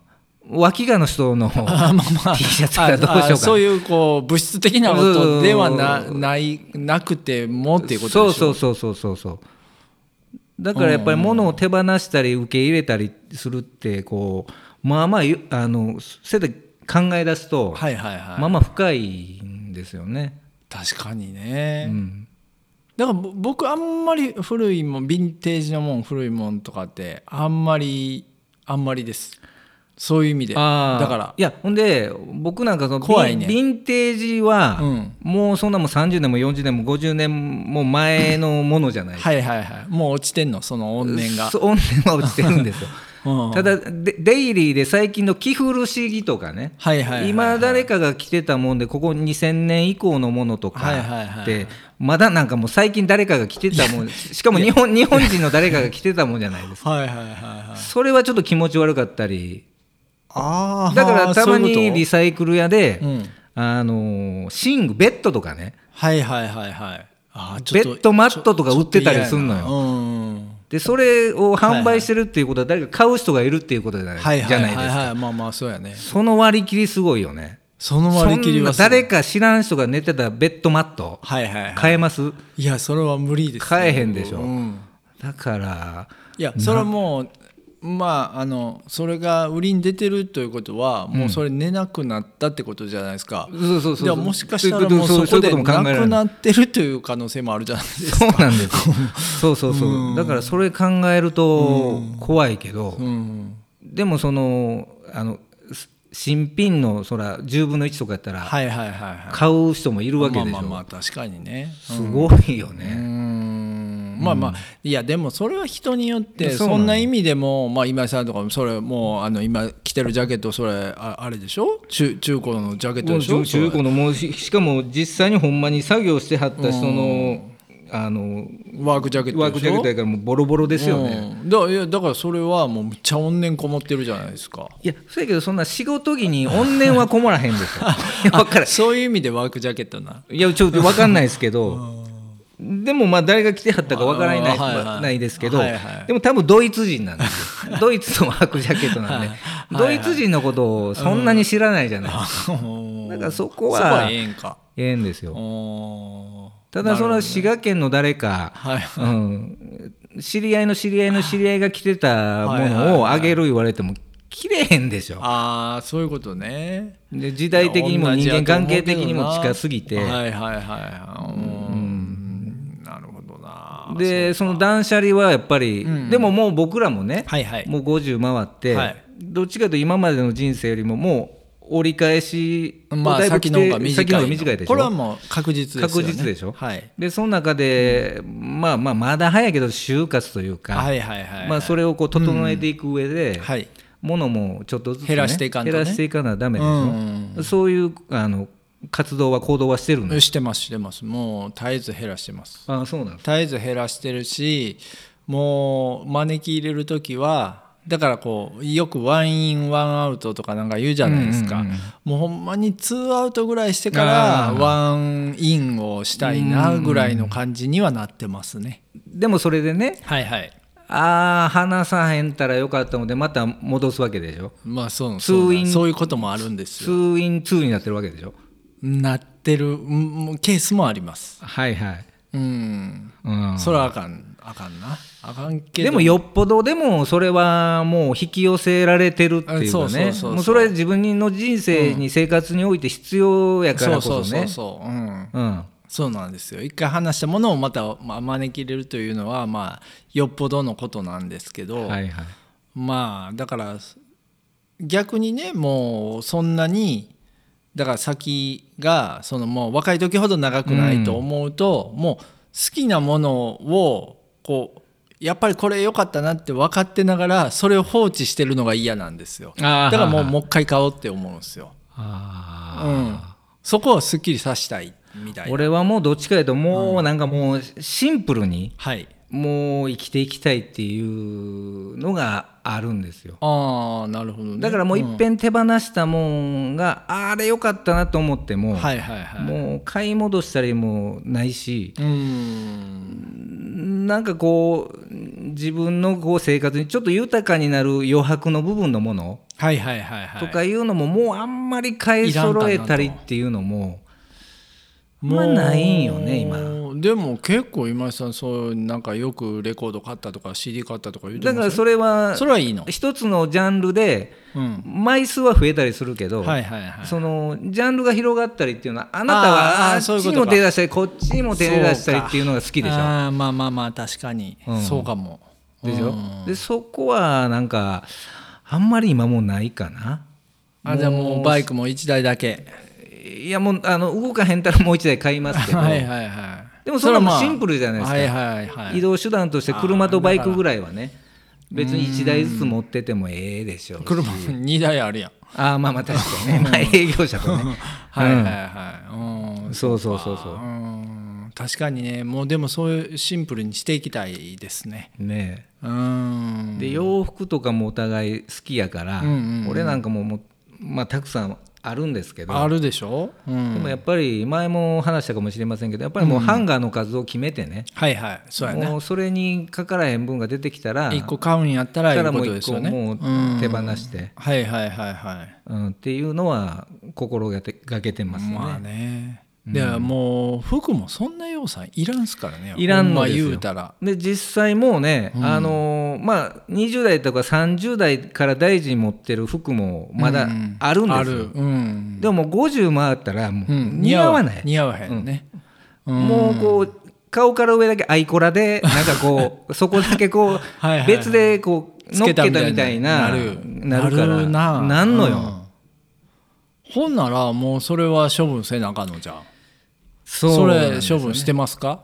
Speaker 2: 脇がの人の
Speaker 1: あまあまあ
Speaker 2: T シャツからどうしようか
Speaker 1: ああそういうこう物質的なことではな
Speaker 2: う
Speaker 1: ないなくてもっていうことでし
Speaker 2: そ
Speaker 1: ょ
Speaker 2: うそうそうそうそうそうだからやっぱり物を手放したり受け入れたりするってこうまあまあゆあのせで考え出すと、
Speaker 1: はいはいはい、
Speaker 2: まあまあ深いんですよね。
Speaker 1: 確かにね、
Speaker 2: うん
Speaker 1: だからぼ僕あんまり古いもんヴィンテージのもん古いもんとかってあんまりあんまりですそういう意味でだ
Speaker 2: あー
Speaker 1: か
Speaker 2: いやほんで僕なんかその
Speaker 1: 怖いね
Speaker 2: ヴィンヴィンテージ
Speaker 1: ら
Speaker 2: は、
Speaker 1: うん
Speaker 2: もうそんなもん30年も40年も50年も前のものじゃない
Speaker 1: はいはいはいもう落ちてんのその怨念が、
Speaker 2: そう怨念は落ちてるんですよ
Speaker 1: うん、
Speaker 2: ただでデイリーで最近の着古し着とかね
Speaker 1: はいはいはいはい
Speaker 2: 今誰かが着てたもんでここ2000年以降のものと
Speaker 1: はいはい
Speaker 2: か
Speaker 1: は
Speaker 2: っ
Speaker 1: い
Speaker 2: てまだなんかもう最近誰かが着てた もんしかも日本日本人の誰かが着てたもんじゃないですか
Speaker 1: はいはいはいはい
Speaker 2: それはちょっと気持ち悪かったり
Speaker 1: あー
Speaker 2: だからたま
Speaker 1: そうい
Speaker 2: に
Speaker 1: うこと
Speaker 2: リサイクル屋で
Speaker 1: うん
Speaker 2: あのー寝具ベッドとかね
Speaker 1: はいはいはいはいあーちょ
Speaker 2: ベ
Speaker 1: っと
Speaker 2: ッドマットとか売ってたりすんの
Speaker 1: ち
Speaker 2: よ
Speaker 1: ょっと嫌やなうん
Speaker 2: でそれを販売してるっていうことは誰か買う人がいるっていうことじゃない,、
Speaker 1: はいはい
Speaker 2: じゃ
Speaker 1: は
Speaker 2: ない
Speaker 1: い
Speaker 2: ですか、
Speaker 1: はいまあまあそうやね
Speaker 2: その割り切りすごいよね
Speaker 1: その割り切りは
Speaker 2: そんな誰か知らん人が寝てたベッドマット
Speaker 1: はいはいは
Speaker 2: 買えます、
Speaker 1: いいやそれは無理です
Speaker 2: 買えへんでしょ
Speaker 1: うん
Speaker 2: だから
Speaker 1: いやそれはもうまああのそれが売りに出てるということはもうそれ寝なくなったってことじゃないですか、
Speaker 2: そうそ
Speaker 1: で
Speaker 2: うそうそう
Speaker 1: ももしかしたらもう
Speaker 2: そう
Speaker 1: そこ
Speaker 2: いうそういう
Speaker 1: で
Speaker 2: ことも考え
Speaker 1: な
Speaker 2: られる
Speaker 1: くなってるという可能性もあるじゃないですか。
Speaker 2: そうなんですよ そうそうそう、だからそれ考えると怖いけど、
Speaker 1: うん、
Speaker 2: でもそのあのす新品のそら10分の1とかやったら
Speaker 1: はいはいはいは
Speaker 2: 買う人もいるわ
Speaker 1: い。
Speaker 2: け
Speaker 1: まあ
Speaker 2: でしょ、
Speaker 1: まあまあ確かにね。
Speaker 2: すごいよね、
Speaker 1: うんまあまあいやでもそれは人によって
Speaker 2: そ
Speaker 1: そ
Speaker 2: うなん
Speaker 1: んな意味でもまあ今井さんとかもそれもうあの今着てるジャケットそれああれでしょ中中古のジャケットでし
Speaker 2: も
Speaker 1: ょ
Speaker 2: う中中古のもうししかも実際にほんまに作業してはった人のあの
Speaker 1: ワークジャケットでしょ
Speaker 2: ワークジャケットやからもうボロボロですよね。
Speaker 1: うんだいやだからそれはもうめっちゃ怨念こもってるじゃないですか
Speaker 2: いやそうやけどそんな仕事着に怨念はこもらへんですよ。いや 分から
Speaker 1: そういう意味でワークジャケットない
Speaker 2: やちょっと分かんないです けど。でもまあ誰が来てはったか分からない,、
Speaker 1: あーはいはい
Speaker 2: ないですけど、
Speaker 1: はいはい
Speaker 2: でも多分ドイツ 人なんですよドイツのワークジャケットなんで、
Speaker 1: はい
Speaker 2: ドイツ人のことをそんなに知らないじゃないですか、
Speaker 1: そこ
Speaker 2: だからそこ
Speaker 1: そこは
Speaker 2: は
Speaker 1: え
Speaker 2: え
Speaker 1: えんか
Speaker 2: えんですよ
Speaker 1: おー
Speaker 2: ただその滋賀県の誰か、
Speaker 1: はい
Speaker 2: うん、知り合いの知り合いの知り合いが着てたものをあげる言われても着れへんでしょ
Speaker 1: ああそういうことね
Speaker 2: で時代的にも
Speaker 1: 同じ
Speaker 2: 人
Speaker 1: や
Speaker 2: 間
Speaker 1: と思
Speaker 2: 関
Speaker 1: うけ
Speaker 2: 係
Speaker 1: どな
Speaker 2: 的にも近すぎて、
Speaker 1: はいはいはいうんなるほどな
Speaker 2: でその断捨離はやっぱり、でももう僕らもね、
Speaker 1: はいはい
Speaker 2: もう50回って、
Speaker 1: はい
Speaker 2: どっちかというと今までの人生よりももう折り返しを
Speaker 1: まあ
Speaker 2: だいぶ
Speaker 1: 先
Speaker 2: 来て
Speaker 1: の方が短い
Speaker 2: 先の方が短いでしょ
Speaker 1: これはもう確実ですよね
Speaker 2: 確実でしょ
Speaker 1: はい
Speaker 2: でその中で、まあまあまだ早いけど就活というか、
Speaker 1: はいはいはい
Speaker 2: まあ、それをこう整えていく上で、
Speaker 1: はい
Speaker 2: ものもちょっとずつ、ね、
Speaker 1: 減らしていかんとね
Speaker 2: 減らしていかなダメでし
Speaker 1: う
Speaker 2: ょ、
Speaker 1: ん
Speaker 2: そういうあの活動は行動はしてるの、
Speaker 1: してますしてますもう絶えず減らしてます
Speaker 2: あそうなんです
Speaker 1: 絶えず減らしてるしもう招き入れる時はだからこうよくワンインワンアウトとかなんか言うじゃないですか、
Speaker 2: うんうんうん
Speaker 1: もうほんまにツーアウトぐらいしてから
Speaker 2: あー
Speaker 1: ワンインをしたいなぐらいの感じにはなってますね、
Speaker 2: でもそれでね
Speaker 1: はいはい
Speaker 2: ああ話さへんたらよかったのでまた戻すわけでしょ
Speaker 1: まあそう
Speaker 2: ツーイン
Speaker 1: そうそういうこともあるんですよ
Speaker 2: 通院通になってるわけでしょ
Speaker 1: なってるうんケースもあります
Speaker 2: はいはい、
Speaker 1: うん
Speaker 2: うん、
Speaker 1: それはあかんあかんなあかんけど
Speaker 2: でもよっぽどでもそれはもう引き寄せられてるっていう
Speaker 1: あそうそう
Speaker 2: か
Speaker 1: そ
Speaker 2: ね
Speaker 1: うそう
Speaker 2: もうそれは自分の人生に生活において必要やか
Speaker 1: そ
Speaker 2: らこ
Speaker 1: うそ
Speaker 2: そう
Speaker 1: そ
Speaker 2: ね
Speaker 1: うそううん
Speaker 2: うん
Speaker 1: そうなんですよ一回話したものをまたまあ招き入れるというのはまあよっぽどのことなんですけど、
Speaker 2: はいはい
Speaker 1: まあだから逆にねもうそんなにだから先がそのもう若い時ほど長くないと思うと、もう好きなものをこうやっぱりこれ良かったなって分かってながらそれを放置してるのが嫌なんですよだ
Speaker 2: あー
Speaker 1: からもうもう一回買おうって思うんですよ、う
Speaker 2: あ
Speaker 1: ん、そこをすっきりさせたいみた
Speaker 2: あ
Speaker 1: いな
Speaker 2: 俺はもうどっちかというともうなんかもうシンプルに
Speaker 1: はい
Speaker 2: もう生きていきたいっていうのがあるんですよ
Speaker 1: ああなるほどね
Speaker 2: だからもういっぺ
Speaker 1: ん、
Speaker 2: ん手放したもんが、あれ良かったなと思っても、
Speaker 1: はいはいはい
Speaker 2: もう買い戻したりもないし、
Speaker 1: うーん
Speaker 2: なんかこう自分のこう生活にちょっと豊かになる余白の部分のもの
Speaker 1: はいはいはいはい
Speaker 2: とかいうのも、もうあんまり買い揃えたりっていうのもまあないんよね今
Speaker 1: 今でも結構今井さんそうなんかよくレコード買ったとか CD 買ったとか言うて
Speaker 2: だ
Speaker 1: ます
Speaker 2: からそれは
Speaker 1: それはいいの
Speaker 2: 一つのジャンルで
Speaker 1: うん
Speaker 2: 枚数は増えたりするけど、
Speaker 1: はいはいはい
Speaker 2: そのジャンルが広がったりっていうのはあなた
Speaker 1: あー
Speaker 2: は
Speaker 1: あ
Speaker 2: あ
Speaker 1: ー
Speaker 2: っ
Speaker 1: そういう
Speaker 2: ち
Speaker 1: こ
Speaker 2: に
Speaker 1: とか
Speaker 2: も手出したりこっちにも手出したりっていうのが好きでし
Speaker 1: そう
Speaker 2: ょ。
Speaker 1: かあーまあまあまあ確かに、
Speaker 2: うん
Speaker 1: そうかも
Speaker 2: でし
Speaker 1: う
Speaker 2: ょ
Speaker 1: ん
Speaker 2: でそこはなんかあんまり今もうないかな。
Speaker 1: あじゃあもうバイクも1台だけ
Speaker 2: いやもうあの動かへんたらもう一台買いますけど、
Speaker 1: はいはいはい
Speaker 2: でもそれはもう
Speaker 1: まあ
Speaker 2: シンプルじゃないですか、
Speaker 1: はいはいはい
Speaker 2: 移動手段として車とバイクぐらいはね別に1台ずつ持っててもええでしょう
Speaker 1: 車2台 あるやん
Speaker 2: ああまあまあ確かに ね、まあ、営業者とね
Speaker 1: はいはいはいうん
Speaker 2: そうそうそうそう
Speaker 1: うん確かにねもうでもそういうシンプルにしていきたいですね
Speaker 2: ね
Speaker 1: うん
Speaker 2: えで洋服とかもお互い好きやから、
Speaker 1: うんうんうん
Speaker 2: 俺なんかももう、まあ、たくさんあるんですけど
Speaker 1: あるでしょ、う
Speaker 2: で
Speaker 1: ん、
Speaker 2: もやっぱり前も話したかもしれませんけどやっぱりもうハンガーの数を決めてね、
Speaker 1: はいはいそうやね
Speaker 2: もうそれにかからへん分が出てきたら
Speaker 1: 一個買うんやったらい
Speaker 2: か
Speaker 1: う
Speaker 2: ら
Speaker 1: こ
Speaker 2: もう
Speaker 1: とで
Speaker 2: 一
Speaker 1: す
Speaker 2: 個
Speaker 1: よね
Speaker 2: もう
Speaker 1: うん
Speaker 2: 手放して、
Speaker 1: はいはいはいはい
Speaker 2: うんっていうのは心がけがけてますね。
Speaker 1: まあね。でもう服もそんな要さんいらんすからね。
Speaker 2: いらんのです
Speaker 1: ほ
Speaker 2: よ
Speaker 1: ま言うたら。
Speaker 2: で実際もうね、あのーまあ、20代とか30代から大臣持ってる服もまだあるんですよ、
Speaker 1: ある。うん。
Speaker 2: でももう50回ったらも
Speaker 1: う
Speaker 2: う
Speaker 1: ん
Speaker 2: 似合わない、
Speaker 1: 似合わへんね。うん
Speaker 2: もうこう顔から上だけアイコラでなんかこ うそこだけこう
Speaker 1: はいはいはい
Speaker 2: 別でこう乗っけたみた
Speaker 1: つけ
Speaker 2: いな
Speaker 1: たみたいにな
Speaker 2: なる
Speaker 1: る
Speaker 2: から
Speaker 1: なる
Speaker 2: なんのよ、
Speaker 1: うんほんならもうそれは処分せなあかんのじゃん。
Speaker 2: そ
Speaker 1: そう
Speaker 2: なん
Speaker 1: れ
Speaker 2: です
Speaker 1: 処分してますか？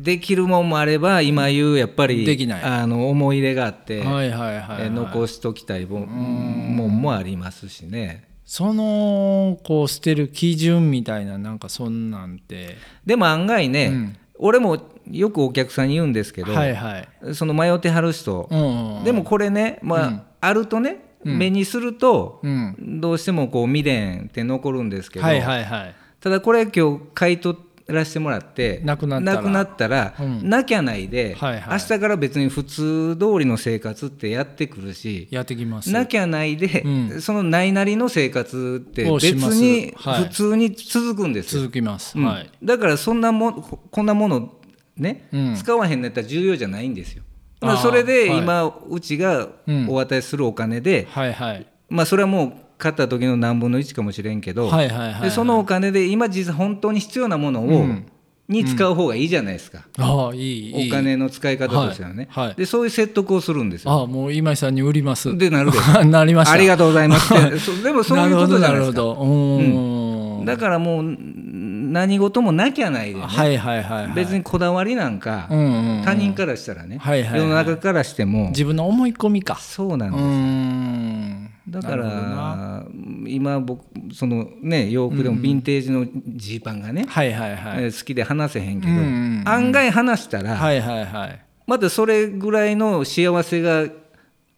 Speaker 2: できるもんもあれば今言うやっぱり
Speaker 1: できない
Speaker 2: あの思い入れがあって、
Speaker 1: はいはいはいは
Speaker 2: え
Speaker 1: い。
Speaker 2: 残しときたいもんもんもありますしね
Speaker 1: そのこう捨てる基準みたいななんかそんなんて。
Speaker 2: でも案外ね、
Speaker 1: うん
Speaker 2: 俺もよくお客さんに言うんですけど、
Speaker 1: はいはい。
Speaker 2: その迷ってはる人
Speaker 1: う、んうん。
Speaker 2: でもこれね、まああるとね、目にすると、
Speaker 1: うん。
Speaker 2: どうしてもこう未練って残るんですけど、
Speaker 1: はいはいはい。
Speaker 2: ただこれ今日買い取らせてもらって
Speaker 1: なくなったら
Speaker 2: ったら
Speaker 1: うん
Speaker 2: なきゃないで、
Speaker 1: はいはい
Speaker 2: 明日から別に普通通りの生活ってやってくるし
Speaker 1: やってきます。
Speaker 2: なきゃないで、
Speaker 1: うん
Speaker 2: そのないなりの生活って
Speaker 1: を
Speaker 2: 別
Speaker 1: します
Speaker 2: に
Speaker 1: はい
Speaker 2: 普通に続くんですよ、
Speaker 1: 続きます、
Speaker 2: うん
Speaker 1: はい
Speaker 2: だからそんなもんここんなものね、
Speaker 1: うん
Speaker 2: 使わへんのやったら重要じゃないんですよ。だか
Speaker 1: あ
Speaker 2: ら
Speaker 1: ー
Speaker 2: それで
Speaker 1: はい
Speaker 2: 今、うちが
Speaker 1: うん
Speaker 2: お渡しするお金で、
Speaker 1: はいはい
Speaker 2: まあ、それはもう買った時の何分の1かもしれんけど、
Speaker 1: はいはいはい
Speaker 2: でそのお金で今実際本当に必要なものを、
Speaker 1: うん
Speaker 2: に使う方がいいじゃないですか、
Speaker 1: ああいいいい
Speaker 2: お金の使い方としてはね、
Speaker 1: はいはい
Speaker 2: でそういう説得をするんですよ
Speaker 1: ああもう今井さんに売ります
Speaker 2: でなるでし
Speaker 1: なりました
Speaker 2: ありが
Speaker 1: と
Speaker 2: とうございますってそう でもそういうことじゃな
Speaker 1: なるほどな
Speaker 2: いですか
Speaker 1: るほどうーん
Speaker 2: だからもうん何事もなきゃないでね、
Speaker 1: はいはいはいはい
Speaker 2: 別にこだわりなんか、
Speaker 1: うんうんうん
Speaker 2: 他人からしたらね、
Speaker 1: はいはいはい
Speaker 2: 世の中からしても
Speaker 1: 自分の思い込みか
Speaker 2: そうな
Speaker 1: うん
Speaker 2: です
Speaker 1: ーん
Speaker 2: だか
Speaker 1: なるほどな
Speaker 2: ら今僕そのね洋服でもヴィンテージのジーパンがね、
Speaker 1: はいはいはい、
Speaker 2: えー好きで話せへんけど、
Speaker 1: うんうんうん
Speaker 2: 案外話したら、
Speaker 1: はいはいはい
Speaker 2: またそれぐらいの幸せが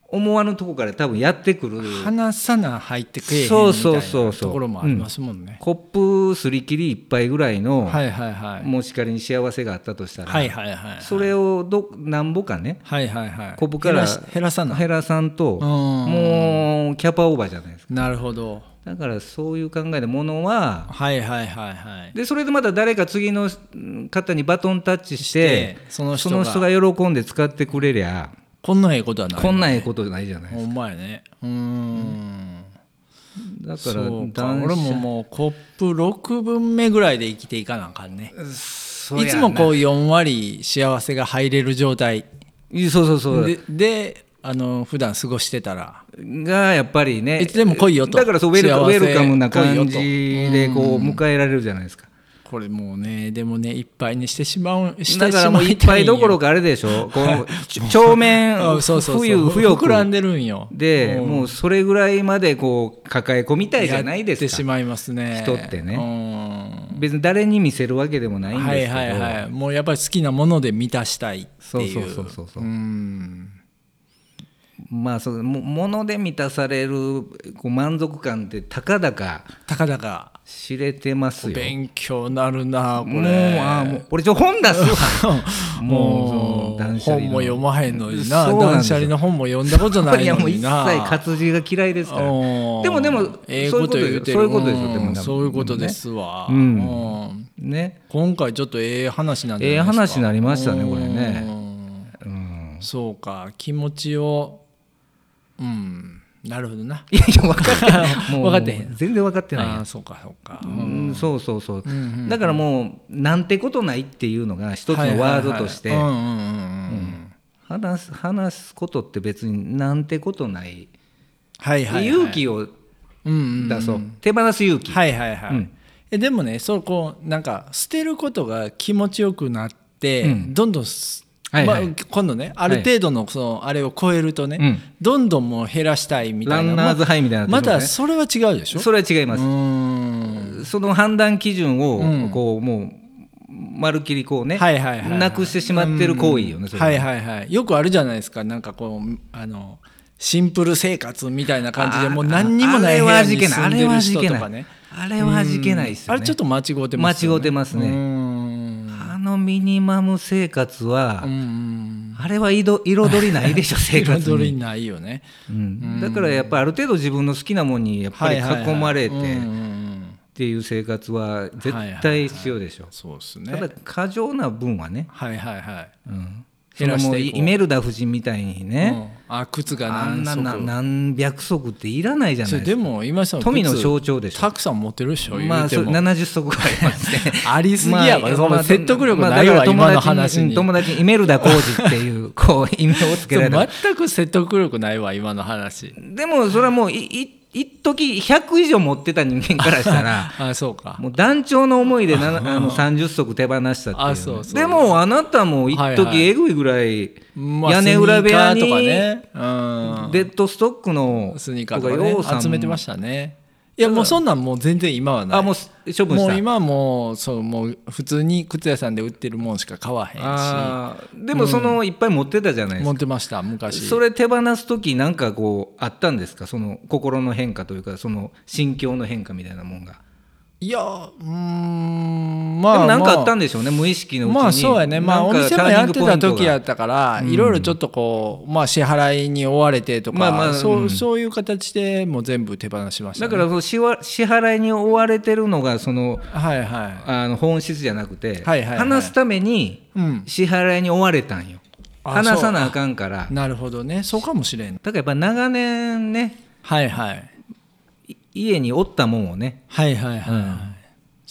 Speaker 2: 思わぬとこから多分やってくる
Speaker 1: 話さな入ってくれへんみたい
Speaker 2: そう
Speaker 1: な
Speaker 2: そうそうそう
Speaker 1: ところもありますもんね、
Speaker 2: コップすり切り一杯ぐらいの、
Speaker 1: はいはいはい
Speaker 2: もし仮に幸せがあったとしたら、
Speaker 1: はいはいはい
Speaker 2: それをどなんぼかね
Speaker 1: はいはいはい
Speaker 2: コップか
Speaker 1: 減
Speaker 2: ら
Speaker 1: らし減らさない
Speaker 2: 減らさんと、
Speaker 1: うん
Speaker 2: もうキャパオーバーじゃないですか
Speaker 1: なるほど
Speaker 2: だからそういう考えでものは
Speaker 1: はいはいはいはい
Speaker 2: でそれでまた誰か次のうん方にバトンタッチして
Speaker 1: してその人
Speaker 2: その
Speaker 1: が
Speaker 2: 人が喜んで使ってくれりゃ
Speaker 1: こんなええことはない
Speaker 2: こんなんええことないじゃない
Speaker 1: ほんまやねうーん
Speaker 2: だか
Speaker 1: そ
Speaker 2: ら
Speaker 1: うか
Speaker 2: 断捨
Speaker 1: 俺ももうコップ6分目ぐらいで生きていかなあかんね
Speaker 2: そり
Speaker 1: い
Speaker 2: ゃ
Speaker 1: つもこう4割幸せが入れる状態
Speaker 2: いそうそうそう
Speaker 1: でであの普段過ごしてたら
Speaker 2: がやっぱりね
Speaker 1: いつでも来いよと
Speaker 2: だからそうウェルカ
Speaker 1: 幸
Speaker 2: ウ
Speaker 1: せ
Speaker 2: ェルカムな
Speaker 1: 来いよ
Speaker 2: 感
Speaker 1: と
Speaker 2: じでこう迎えられるじゃないですか
Speaker 1: これもうねでもねいっぱいにしてしまうしてしま
Speaker 2: だからもういっぱいどころかあれでしょこの ちょ帳面
Speaker 1: あそうそうそう
Speaker 2: 冬不欲
Speaker 1: 膨らんでるんよ
Speaker 2: で
Speaker 1: うん
Speaker 2: もうそれぐらいまでこう抱え込みたいじゃないで
Speaker 1: やって
Speaker 2: す
Speaker 1: し
Speaker 2: か
Speaker 1: まいますね
Speaker 2: 人ってね
Speaker 1: うん
Speaker 2: 別に誰に見せるわけでもないん
Speaker 1: はい
Speaker 2: ですけど、
Speaker 1: はいはいもうやっぱり好きなもので満たしたいって
Speaker 2: そう
Speaker 1: いう
Speaker 2: そうそうそうそう
Speaker 1: うん
Speaker 2: まあそのも物で満たされるこう満足感ってたかだか
Speaker 1: たかだか
Speaker 2: 知れてますよ
Speaker 1: 勉強なるなこれ
Speaker 2: もうあもう俺ちょ本出すわ
Speaker 1: もう
Speaker 2: 断捨
Speaker 1: 本
Speaker 2: 離の
Speaker 1: も読まへんのにな
Speaker 2: そうなん
Speaker 1: 断
Speaker 2: ですよ
Speaker 1: 捨離の本も読んだ ことない
Speaker 2: いや
Speaker 1: の
Speaker 2: もう
Speaker 1: に
Speaker 2: 一切
Speaker 1: な
Speaker 2: 活字が嫌いですから
Speaker 1: うん
Speaker 2: でもでも
Speaker 1: ええこと
Speaker 2: そう
Speaker 1: 言
Speaker 2: いう
Speaker 1: うて
Speaker 2: ことで
Speaker 1: る
Speaker 2: そういうことですよでも
Speaker 1: んそういうことですわ、
Speaker 2: うん
Speaker 1: うん
Speaker 2: ね
Speaker 1: 今回ちょっとええ話なんじゃ
Speaker 2: ええ
Speaker 1: ないですか
Speaker 2: 話になりましたねこれね
Speaker 1: うん
Speaker 2: うん
Speaker 1: そうか気持ちをうんなるほどない
Speaker 2: や いや分かっ てないもう
Speaker 1: 分かってへん
Speaker 2: 全然分かってない
Speaker 1: あ
Speaker 2: や
Speaker 1: あそうかそうか、
Speaker 2: うんそうそうそうだからもうなんてことないっていうのが一つのワードとして
Speaker 1: はいはいはいうんうんうんうん
Speaker 2: 話す話すことって別になんてことない
Speaker 1: はいはいはい
Speaker 2: 勇気を
Speaker 1: うんうん
Speaker 2: 出そう手放す勇気
Speaker 1: はいはいはい、
Speaker 2: うん
Speaker 1: えでもねそうこうなんか捨てることが気持ちよくなって、
Speaker 2: うん
Speaker 1: どんどんす、
Speaker 2: はいはい
Speaker 1: まあ、今度ねある程度のそのあれを超えるとね、
Speaker 2: うん
Speaker 1: どんどんもう減らしたいみた
Speaker 2: ラ
Speaker 1: いな
Speaker 2: ンナーズハイみたいな
Speaker 1: ま
Speaker 2: のと
Speaker 1: た
Speaker 2: ね
Speaker 1: それは違うでしょ
Speaker 2: それは違いま
Speaker 1: う
Speaker 2: す
Speaker 1: ーん
Speaker 2: その判断基準
Speaker 1: う
Speaker 2: を
Speaker 1: ん
Speaker 2: こうもうまるっきりこうね
Speaker 1: はいはいはいはい
Speaker 2: なくしてしまってる行為よねそれ
Speaker 1: はいはいはいよくあるじゃないですかなんかこうあのシンプル生活みたいな感じでもう何にもない部屋に住んでる人とかね
Speaker 2: あれは味気ないですよ
Speaker 1: あ
Speaker 2: ね
Speaker 1: れちょっと間違うてますよね
Speaker 2: 間違うてますね
Speaker 1: うーん
Speaker 2: あのミニマム生活は、
Speaker 1: うんうん
Speaker 2: あれはいど彩りないでしょ生活に
Speaker 1: 彩りないよね
Speaker 2: うん、だからやっぱりある程度自分の好きなものにやっぱり
Speaker 1: はいはい
Speaker 2: 囲
Speaker 1: はい
Speaker 2: まれて
Speaker 1: うんうんう
Speaker 2: っ
Speaker 1: ん
Speaker 2: ていう生活は絶対必要でしょ、
Speaker 1: そうですね
Speaker 2: ただ過剰な分はね、
Speaker 1: はいはいはい
Speaker 2: うん、そ
Speaker 1: 減
Speaker 2: れ
Speaker 1: らし
Speaker 2: もう
Speaker 1: ていこう
Speaker 2: イメルダ夫人みたいにね、
Speaker 1: うんあ靴が
Speaker 2: あん
Speaker 1: 何
Speaker 2: な
Speaker 1: 足
Speaker 2: な何百足っていらないじゃな
Speaker 1: そ
Speaker 2: い
Speaker 1: れ
Speaker 2: です
Speaker 1: で
Speaker 2: か
Speaker 1: も今井さん
Speaker 2: 富の
Speaker 1: 靴
Speaker 2: 象徴でしょ
Speaker 1: たくさん持ってるでしょ
Speaker 2: ま
Speaker 1: 言
Speaker 2: あ
Speaker 1: うて
Speaker 2: そう
Speaker 1: も
Speaker 2: 70足ぐらいありますね
Speaker 1: ありすぎやわ
Speaker 2: ま
Speaker 1: そ
Speaker 2: あ
Speaker 1: んな
Speaker 2: まあ
Speaker 1: 説得力ないわ
Speaker 2: まあだから
Speaker 1: 今の話に
Speaker 2: 友達にイメルダ浩二っていう こう異名をつけられた
Speaker 1: 全く説得力ないわ今の話
Speaker 2: でもそれはもういい一時100以上持ってた人間からした ら
Speaker 1: あそうか
Speaker 2: もう団長の思 いでなあの30足手放したっていう,、
Speaker 1: あそうそう
Speaker 2: でもあなたも一
Speaker 1: はいは
Speaker 2: 時
Speaker 1: い
Speaker 2: えぐいぐらい
Speaker 1: まあ
Speaker 2: 屋根裏部屋に
Speaker 1: スニ
Speaker 2: デ
Speaker 1: ーカーとかね、
Speaker 2: ッドストックの
Speaker 1: うん、スニーカーとか
Speaker 2: ようさ
Speaker 1: ね
Speaker 2: ん
Speaker 1: 集めてましたねいやもうそんなんもう全然今はない
Speaker 2: あもう処分し
Speaker 1: も
Speaker 2: た
Speaker 1: う今はもうそうもう普通に靴屋さんで売ってるもんしか買わへん
Speaker 2: あーでもそのいっぱい持ってたじゃないですか
Speaker 1: し持ってました昔
Speaker 2: それ手放す時なんかこうあったんですかその心の変化というかその心境の変化みたいなもんが、
Speaker 1: いやうーんまあ
Speaker 2: でもなんかあった
Speaker 1: ま
Speaker 2: んでしょうね無意識のうちに
Speaker 1: まあそうやねまあお店もやってた時や
Speaker 2: っ
Speaker 1: ったからいろいろちょっとこうまあ支払いに追われてとか、
Speaker 2: まあまあ
Speaker 1: そう
Speaker 2: うん
Speaker 1: そういう形でもう全部手放しました、
Speaker 2: だ
Speaker 1: ね、
Speaker 2: からその支払支払いに追われてるのがその
Speaker 1: はいはい
Speaker 2: あの本質じゃなくて、
Speaker 1: はいはいはい
Speaker 2: 話すために
Speaker 1: うん
Speaker 2: 支払いに追われたんよ、
Speaker 1: あ
Speaker 2: 話さなあかんからだか
Speaker 1: なるほどねそうかもしれん
Speaker 2: らやっぱ長年ね
Speaker 1: はいはい
Speaker 2: い家におったもんをね
Speaker 1: はいはいはい、
Speaker 2: うん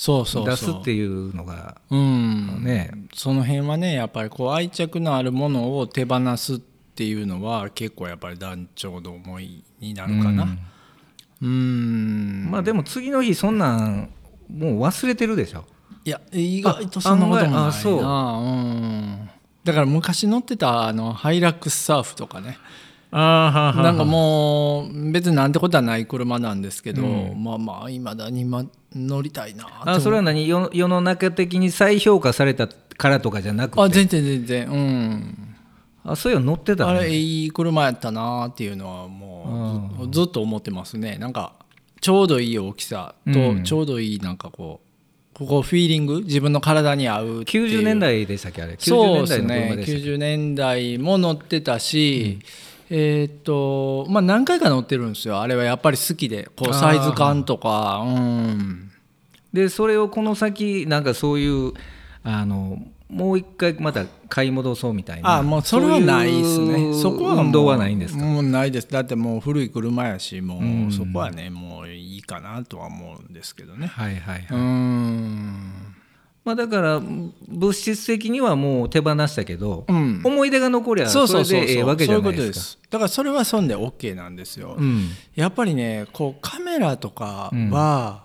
Speaker 1: そうそうそう
Speaker 2: 出すっていうのが
Speaker 1: うん
Speaker 2: ね、
Speaker 1: その辺はねやっぱりこう愛着のあるものを手放すっていうのは結構やっぱり団長の思いになるかなうん
Speaker 2: まあでも次の日そんなんもう忘れてるでしょ
Speaker 1: いや意外とそんなこともない
Speaker 2: あ
Speaker 1: な
Speaker 2: あそう
Speaker 1: うんだから昔乗ってたあのハイラックスサーフとかね
Speaker 2: あ
Speaker 1: なんかもう別になんてことはない車なんですけど、まあまあいまだに今乗りたいなって思う
Speaker 2: あそれは何世世の中的に再評価されたからとかじゃなくて
Speaker 1: あ
Speaker 2: あ
Speaker 1: 全然全然うん
Speaker 2: そういうの乗ってた
Speaker 1: あ
Speaker 2: ね
Speaker 1: れいい車やったなっていうのはもうず,、ずっと思ってますねなんかちょうどいい大きさと、
Speaker 2: うん
Speaker 1: ちょうどいいなんかこうここフィーリング自分の体に合うっていう
Speaker 2: 90年代でしたっけあれ
Speaker 1: そ
Speaker 2: 90
Speaker 1: うです
Speaker 2: 年代の
Speaker 1: ね
Speaker 2: 車でしたっ
Speaker 1: 90年代も乗ってたし、えーっとまあ何回か乗ってるんですよあれはやっぱり好きでこう
Speaker 2: あー
Speaker 1: サイズ感とかうん
Speaker 2: けでそれをこの先なんかそういうあのもう一回また買い戻そうみたいな
Speaker 1: あもうそれはないです
Speaker 2: そうい
Speaker 1: ね
Speaker 2: う
Speaker 1: そこはもう
Speaker 2: 運動はないんですか
Speaker 1: もうないですだってもう古い車やしもうそこはねもういいかなとは思うんですけどね
Speaker 2: はいはい、
Speaker 1: うーん
Speaker 2: まあ、だから物質的にはもう手放したけど、
Speaker 1: うん
Speaker 2: 思い出が残りゃそれでええわけじゃない
Speaker 1: そういうこと
Speaker 2: で
Speaker 1: です
Speaker 2: か
Speaker 1: すだからそれはそんで OK なんですよ、
Speaker 2: うん
Speaker 1: やっぱりねこうカメラとかは、